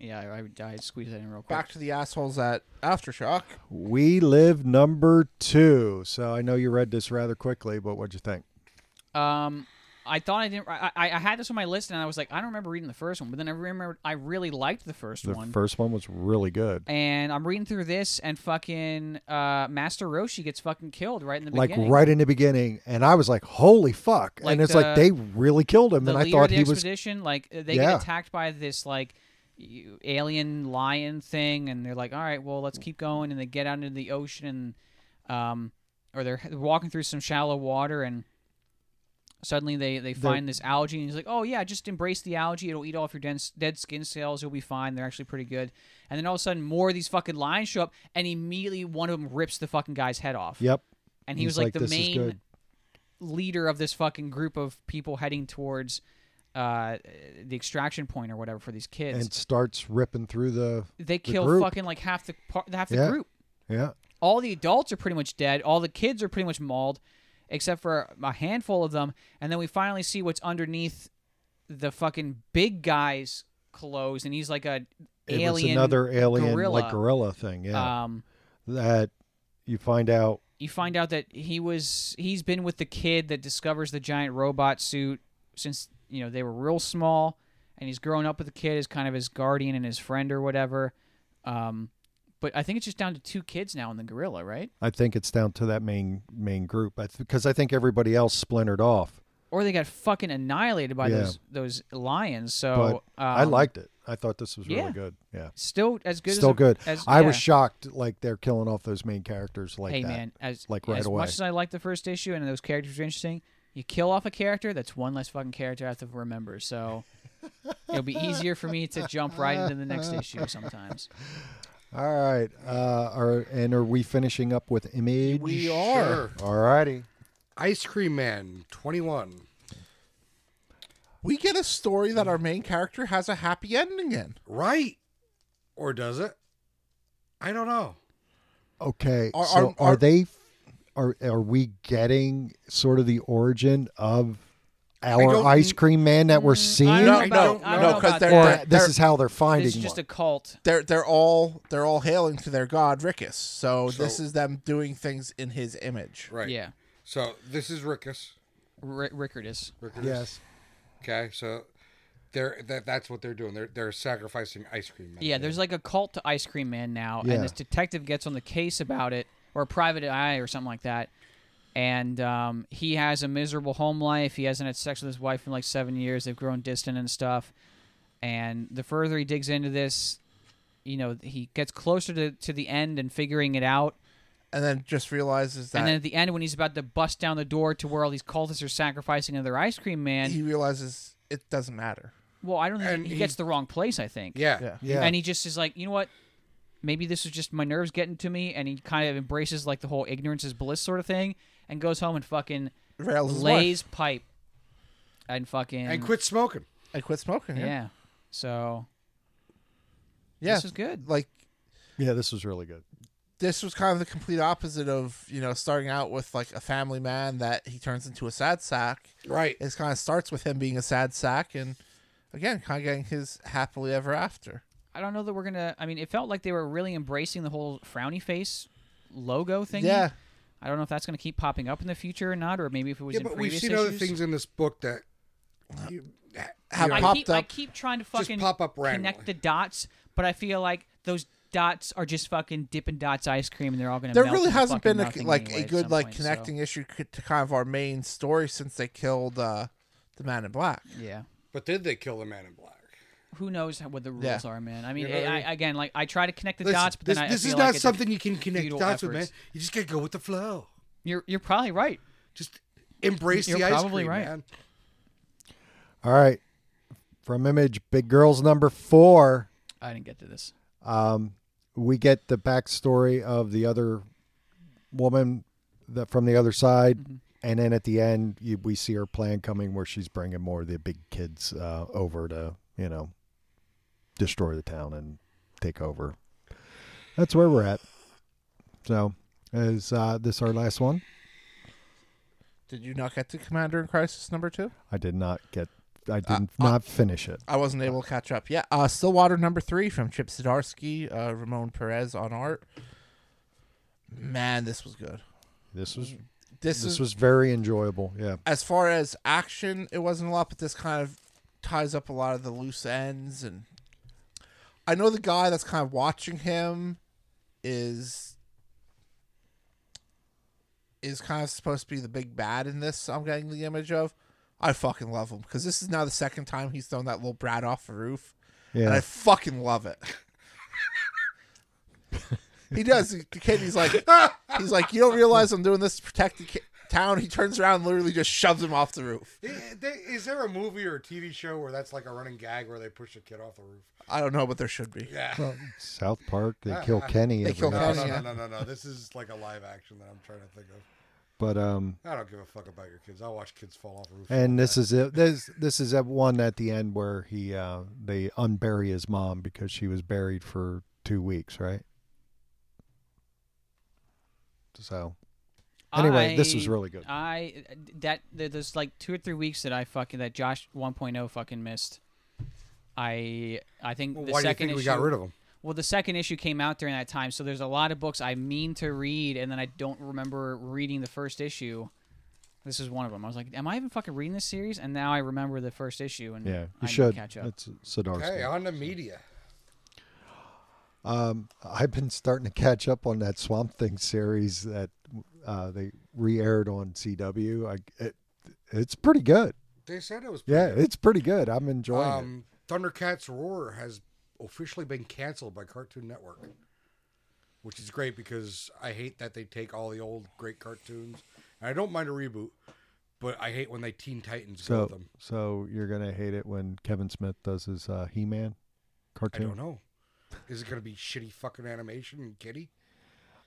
E: yeah. I, I, I squeezed that in real quick.
D: Back to the assholes at Aftershock.
B: We live number two. So I know you read this rather quickly, but what'd you think?
E: Um, I thought I didn't. I, I I had this on my list, and I was like, I don't remember reading the first one, but then I remembered I really liked the first
B: The
E: one.
B: first one was really good.
E: and I'm reading through this, and fucking uh, Master Roshi gets fucking killed right in the
B: Like
E: beginning.
B: right in the beginning, and I was like, "Holy fuck!"
E: Like
B: and it's
E: the-
B: like they really killed him,
E: the
B: and I
E: leader
B: thought
E: of the
B: he was
E: expedition, like uh, they
B: Yeah.
E: get attacked by this like you- alien lion thing, and they're like, all right, well, let's keep going, and they get out into the ocean, and um, or they're h- walking through some shallow water, and suddenly they they find this algae, and he's like, oh yeah, just embrace the algae, it'll eat off your dense, dead skin cells, you'll be fine. They're actually pretty good, and then all of a sudden, more of these fucking lions show up, and immediately one of them rips the fucking guy's head off
B: Yep.
E: and he
B: He's
E: was like,
B: like,
E: the
B: "This is
E: main
B: good."
E: leader of this fucking group of people heading towards uh, the extraction point or whatever for these kids.
B: And starts ripping through the
E: they kill
B: group.
E: fucking like half the par- half the
B: Yeah.
E: group.
B: yeah.
E: All the adults are pretty much dead. All the kids are pretty much mauled, except for a handful of them. And then we finally see what's underneath the fucking big guy's clothes, and he's like a
B: It
E: alien.
B: was another alien like
E: gorilla.
B: gorilla thing, yeah.
E: Um,
B: that you find out
E: you find out that he was he's been with the kid that discovers the giant robot suit since you know they were real small and he's grown up with the kid as kind of his guardian and his friend or whatever um, but i think it's just down to two kids now in the gorilla right
B: I think it's down to that main main group because I think everybody else splintered off.
E: or they got fucking annihilated by
B: Yeah.
E: those those lions so
B: but I
E: um,
B: liked it. I thought this was really
E: yeah.
B: good. Yeah,
E: still as good
B: still
E: as,
B: good.
E: as
B: I was
E: yeah.
B: shocked like they're killing off those main characters like
E: hey
B: that.
E: man as
B: like, right
E: as
B: away.
E: much as i like the first issue and those characters are interesting you kill off a character that's one less fucking character i have to remember
B: [LAUGHS]
E: so it'll be easier for me to jump right into the next issue sometimes
B: All right, uh, are and are we finishing up with image?
D: We
C: Sure.
D: are.
B: All righty.
C: Ice Cream Man 21.
D: We get a story that our main character has a happy ending in.
C: Right? Or does it? I don't know.
B: Okay,
D: Are-
B: so
D: are-
B: are,
D: are-
B: they? Are are we getting sort of the origin of our
C: don't-
B: ice cream man that we're
E: Mm, I
B: seeing?
E: don't
D: No,
E: know
D: no,
E: about- I don't
D: no,
E: know
D: because
E: about
D: they're,
E: that.
B: Or
D: they're,
B: this is how they're finding
E: this is just
B: one?
E: a cult
D: they're they're all they're all hailing to their god Rickus. So,
C: So-
D: this is them doing things in his image.
C: Right.
E: yeah
C: So this is Rickus.
E: R- rickardus
C: Rickus.
B: yes.
C: Okay. So they're that, that's what they're doing. They're they're sacrificing ice cream. Man.
E: yeah there's like a cult to ice cream man now
B: Yeah.
E: and this detective gets on the case about it or a private eye or something like that and um, he has a miserable home life he hasn't had sex with his wife in like seven years they've grown distant and stuff and the further he digs into this you know he gets closer to, to the end and figuring it out
D: And then just realizes that
E: and then at the end when he's about to bust down the door to where all these cultists are sacrificing another ice cream man
D: he realizes it doesn't matter.
E: well i don't think
C: and
E: he,
C: he-
E: gets the wrong place i think
C: Yeah.
D: Yeah.
B: Yeah.
E: and he just is like you know what maybe this is just my nerves getting to me and he kind of embraces like the whole ignorance is bliss sort of thing and goes home and fucking
D: Rails his
E: lays pipe and fucking
C: And quit smoking.
D: wife and quit smoking. Yeah.
E: yeah so
D: Yeah.
E: this is good
D: Like
B: Yeah, this was really good.
D: this was kind of the complete opposite of, you know, starting out with like a family man that he turns into a sad sack.
C: Right.
D: It kind of starts with him being a sad sack and again kind of getting his happily ever after.
E: i don't know that we're gonna i mean it felt like they were really embracing the whole frowny face logo thing
D: Yeah.
E: i don't know if that's gonna keep popping up in the future or not or maybe if it was
C: Yeah,
E: in
C: but we've
E: previous
C: seen
E: issues.
C: other things in this book that you, you
D: Have
C: know,
E: I
D: popped
E: keep, I
D: up.
E: keep trying to fucking
C: pop up randomly.
E: connect the dots, but I feel like those dots are just fucking dipping dots ice cream, and they're all gonna.
D: There
E: melt
D: really
E: into
D: hasn't
E: fucking
D: been a,
E: nothing
D: like
E: anyway
D: a
E: at
D: good
E: some
D: like
E: point, so,
D: connecting issue c- to kind of our main story since they killed uh the man in black.
E: Yeah.
C: but did they kill the man in black?
E: Who knows how- what the rules
D: Yeah.
E: are, man? I mean,
C: You know what I
E: I,
C: mean?
E: I- again, like I try to connect the
C: Listen,
E: dots, but
C: this,
E: then I I
C: this
E: feel
C: is
E: like
C: not
E: it's a-
C: something you can connect
E: futile
C: dots with, man.
E: efforts.
C: You just gotta go with the flow.
E: You're you're probably right.
C: Just Embrace
E: You're
C: the ice
E: probably
C: cream,
E: right.
C: man.
B: All right. From Image, Big Girls number four,
E: I didn't get to this.
B: um, we get the backstory of the other woman that from the other side. And then at the end, you, we see her plan coming where she's bringing more of the big kids uh, over to, you know, destroy the town and take over. That's where we're at. So, is uh, this our last one?
D: Did you not get to Commander in Crisis number two?
B: I did not get.
D: Uh,
B: I did not finish it.
D: I wasn't able to catch up. Yeah, uh, Stillwater number three from Chip Zdarsky, uh, Ramon Perez on art. Man, this was good.
B: This was
D: This,
B: this,
D: is
B: was very enjoyable. Yeah,
D: as far as action, it wasn't a lot, but this kind of ties up a lot of the loose ends. And I know the guy that's kind of watching him is is kind of supposed to be the big bad in this. I'm getting the image of. I fucking love him because this is now the second time he's thrown that little brat off the roof, and I
B: yeah.
D: fucking love it. [LAUGHS] he does. The kid, he's like, he's like, you don't realize I'm doing this to protect the ki- town. He turns around, and literally just shoves him off the roof.
C: I- they- Is there a movie or a TV show where that's like a running gag where they push a kid off the roof?
D: I don't know, but there should be.
C: Yeah.
B: Well, South Park, they kill Kenny.
D: They
B: every
D: kill
B: night.
C: No,
D: Kenny.
C: no,
D: yeah.
C: no, no, no, no. This is like a live action that I'm trying to think of.
B: But um,
C: I don't give a fuck about your kids. I watch kids fall off roofs.
B: and this is it. This this is that one at the end where he uh they unbury his mom because she was buried for two weeks, right? So anyway, this was
E: I-
B: really good.
E: I that there- there's like two or three weeks that I fucking that Josh 1.0 fucking missed. I I think
C: Well,
E: the
C: why do you
E: second
C: think we
E: issue.
C: got rid of them?
E: well, the second issue came out during that time, so there's a lot of books I mean to read, and then I don't remember reading the first issue. This is one of them. I was like, "Am I even fucking reading this series?" And now I remember the first issue, and
B: yeah, you
E: I need to
B: should.
E: catch up.
B: That's Sidarsky.
C: Hey, on the media.
B: Um, I've been starting to catch up on that Swamp Thing series that uh, they re-aired on CW. I, it, it's pretty good.
C: They said it was.
B: Yeah, it's pretty good. I'm enjoying
C: Um, Thundercats Roar has officially been canceled by Cartoon Network, which is great because I hate that they take all the old great cartoons. And I don't mind a reboot, but I hate when they Teen Titans
B: it.
C: go
B: So,
C: with them.
B: so you're gonna hate it when Kevin Smith does his uh, He-Man
C: I
B: cartoon.
C: don't know. Is it going to be shitty fucking animation and kitty?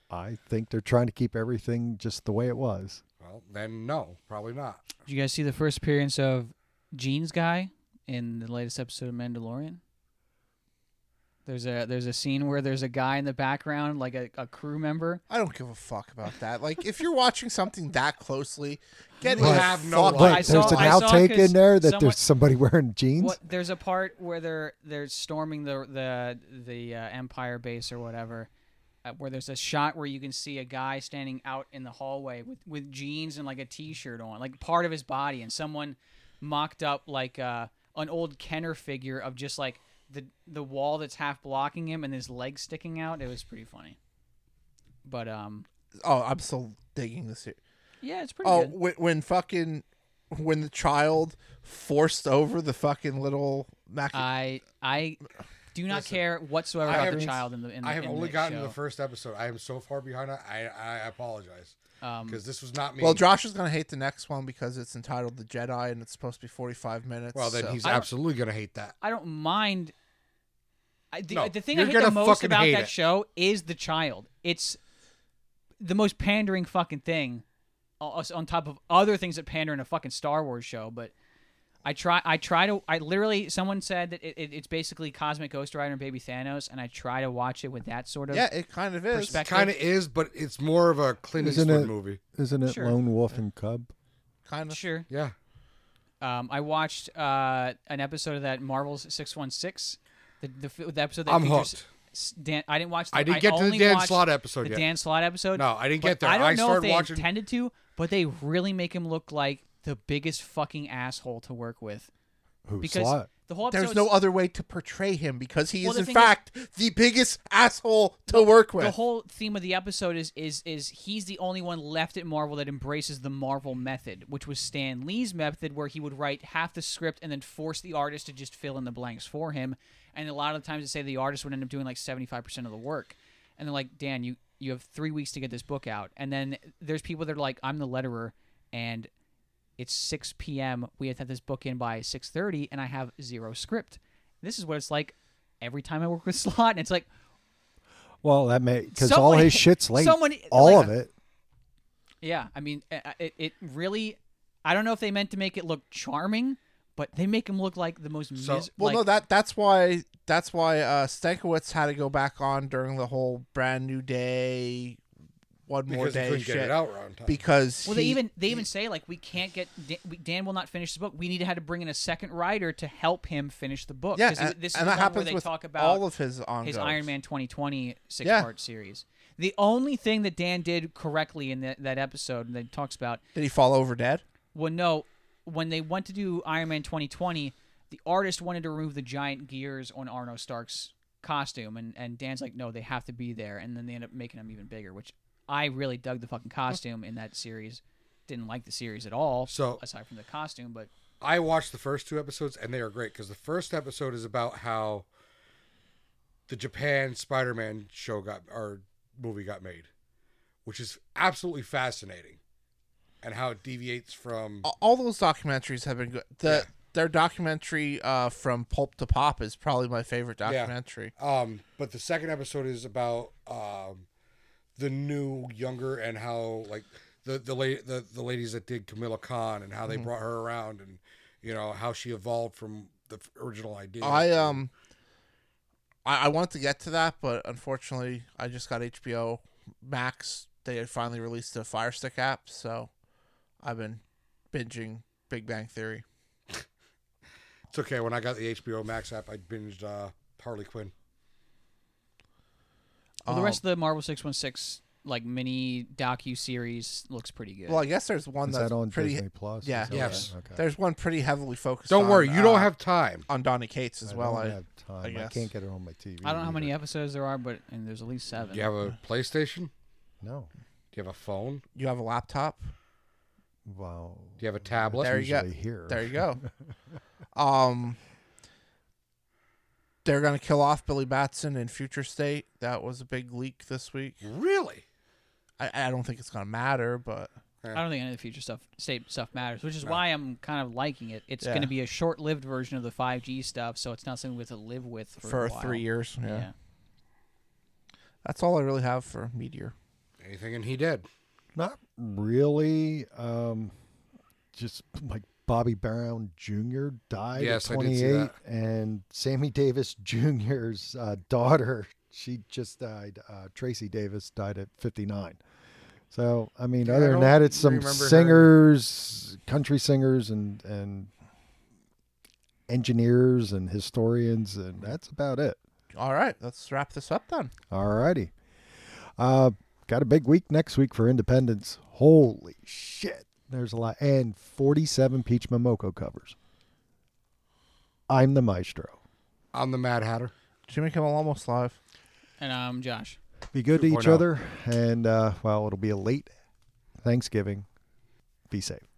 B: I think they're trying to keep everything just the way it was.
C: Well, then no, probably not.
E: Did you guys see the first appearance of Jeans guy in the latest episode of Mandalorian? There's a there's a scene where there's a guy in the background, like a, a crew member.
D: I don't give a fuck about that. Like, if you're watching something that closely, get
C: You
D: the
C: have no
D: fuck
C: life.
B: Wait,
E: I
B: there's
E: saw-
B: an
E: I saw
B: outtake
E: 'cause
B: in there that
E: someone-
B: there's somebody [LAUGHS] wearing jeans.
E: What there's a part where they're they're storming the the the uh, Empire base or whatever, uh, where there's a shot where you can see a guy standing out in the hallway with with jeans and like a t-shirt on, like part of his body, and someone mocked up like uh, an old Kenner figure of just like the the wall that's half blocking him and his legs sticking out. It was pretty funny, but um
D: Oh, I'm still digging this here.
E: yeah, it's pretty
D: Oh,
E: good.
D: when, when fucking when the child forced over the fucking little mac.
E: I
C: [SIGHS]
E: I do not care whatsoever
C: I
E: about the
C: haven't-
E: child in the in the
C: I have
E: in
C: only
E: the
C: gotten
E: show.
C: to the first episode. I am so far behind. I I, I apologize
E: Um,
C: because this was not me.
D: well, Josh is gonna hate the next one because it's entitled "The Jedi" and it's supposed to be 45 minutes.
C: well then
D: so-
C: he's
E: I don't-
C: absolutely going to hate that.
E: I don't mind. I, the,
C: No,
E: the thing I
C: you're
E: hate the
C: gonna
E: most
C: fucking
E: about
C: hate
E: that
C: it.
E: show is the child. It's the most pandering fucking thing, o- on top of other things that pander in a fucking Star Wars show. But I try, I try to, I literally, someone said that it, it, it's basically Cosmic Ghost Rider and Baby Thanos, and I try to watch it with that sort of.
D: yeah, it kind of is.
E: Perspective.
C: Kind of is, but it's more of a Clint
B: Isn't
C: Eastwood
B: it-
C: movie.
B: Isn't it
E: Sure.
B: Lone Wolf and Cub?
D: Kind of.
E: Sure.
C: Yeah.
E: Um, I watched uh, an episode of that Marvel's Six One Six, the the f- the episode that
C: I'm
E: features
C: hooked.
E: s- Dan, I didn't watch. The,
C: I didn't get to the
E: only
C: Dan
E: watched
C: Slott episode
E: The
C: yet.
E: Dan Slott episode.
C: No, I didn't
E: but
C: get there.
E: I don't
C: I
E: know if
C: started
E: they
C: watching-
E: intended to, but they really make him look like the biggest fucking asshole to work with.
B: Who
E: Because
B: saw it?
E: the whole episode.
D: There's no other way to portray him because he
E: Well,
D: is,
E: the
D: in
E: thing is-
D: fact, the biggest asshole to work with.
E: The whole theme of the episode is is is he's the only one left at Marvel that embraces the Marvel method, which was Stan Lee's method, where he would write half the script and then force the artist to just fill in the blanks for him. And a lot of the times, they say the artist would end up doing like seventy five percent of the work. And they're like, Dan, you you have three weeks to get this book out. And then there's people that are like, I'm the letterer, and It's 6 p.m. We have to have this book in by 6:30, and I have zero script. This is what it's like every time I work with [LAUGHS] Slot, and it's like
B: Well, that may because all
E: Someone-
B: his shit's late.
E: someone-
B: all
E: like-
B: of it.
E: Yeah, I mean, I- I- it, it really. I don't know if they meant to make it look charming, but they make him look like the most.
C: So-
E: mis-
D: Well,
E: like,
D: no, that that's why that's why uh, Stankiewicz had to go back on during the whole brand new day, one more
C: because he
D: day
C: couldn't
D: shit.
C: get it out on time.
D: Because
E: Well, they
D: he-
E: even they even say like we can't get Dan, we, Dan will not finish the book. We need to have to bring in a second writer to help him finish the book.
D: yeah,
E: 'Cause
D: and,
E: this is
D: and
E: the one
D: that happens
E: where they
D: with
E: talk about
D: all of his ongoings.
E: his Iron Man 2020 six
D: Yeah.
E: part series. The only thing that Dan did correctly in that that episode and that he talks about
D: Did he fall over dead?
E: Well, no. When they went to do Iron Man 2020, the artist wanted to remove the giant gears on Arno Stark's costume, and, and Dan's like, no, they have to be there. And then they end up making them even bigger, which I really dug the fucking costume in that series. Didn't like the series at all,
C: So-
E: aside from the costume, but
C: I watched the first two episodes and they are great because the first episode is about how the Japan Spider Man show got or movie got made, which is absolutely fascinating and how it deviates
B: Uh,
C: from.
D: A- All those documentaries have been good. The their documentary uh, from Pulp to Pop is probably my favorite
C: Yeah.
D: documentary.
C: Um, but the second episode is about um, the new younger and how like the the, la- the the ladies that did Camilla Khan and how they brought her around and you know how she evolved from the f- original idea.
D: I
C: to-
D: um, I, I wanted to get to that, but unfortunately, I just got HBO Max. They had finally released the Fire Stick app, so I've been binging Big Bang Theory.
C: It's okay. When I got the HBO Max app, I binged uh, Harley Quinn.
E: well, the
D: Um,
E: rest of the Marvel 616 like mini docu series looks pretty good.
D: Well, I guess there's one
B: Is
D: that's
B: that on
D: pretty.
B: Disney Plus?
D: yeah.
B: Is that
C: Yes.
B: right? Okay.
D: There's one pretty heavily focused.
C: Don't
D: on,
C: worry, you
D: uh,
C: don't have time.
D: on Donny Cates as
B: I
D: well.
B: don't
D: I,
B: have time.
D: I
B: I,
D: guess.
B: can't get it on my TV.
E: I don't know how many
B: either.
E: episodes there are, but and there's at least seven.
C: Do you have a PlayStation?
B: No.
C: Do you have a phone?
D: you have a laptop.
B: Wow.
C: Do you have a tablet?
D: There you go.
B: Usually Here.
D: There you
B: [LAUGHS]
D: go. um, they're gonna kill off Billy Batson in Future State. That was a big leak this week.
C: Really?
D: I, I don't think it's gonna matter, but
E: I don't think any of the future stuff state stuff matters, which is why I'm kind of liking it. It's
D: Yeah.
E: going to be a short-lived version of the 5G stuff, so it's not something we have to live with for,
D: for,
E: a while.
D: three years, yeah.
E: Yeah.
D: that's all I really have for Meteor.
C: Anything and he did.
B: Not really. Um, just like Bobby Brown Jr. died
C: Yes,
B: at
C: I did see
B: 28,
C: that.
B: and Sammy Davis Jr.'s uh, daughter, she just died. Uh, Tracy Davis died at 59. So I mean,
C: Yeah, I
B: other
C: don't
B: than that, it's some
C: remember her.
B: singers, country singers, and and engineers and historians, and that's about it.
D: All right, let's wrap this up then.
B: All righty. Uh, got a big week next week for Independence. Holy shit. There's a lot. And 47 Peach Momoko covers. I'm the maestro.
C: I'm the Mad Hatter.
D: Jimmy Kimmel almost live.
E: And I'm Josh.
B: Be good to each
C: 2.0.
B: other. And, uh, well, it'll be a late Thanksgiving. Be safe.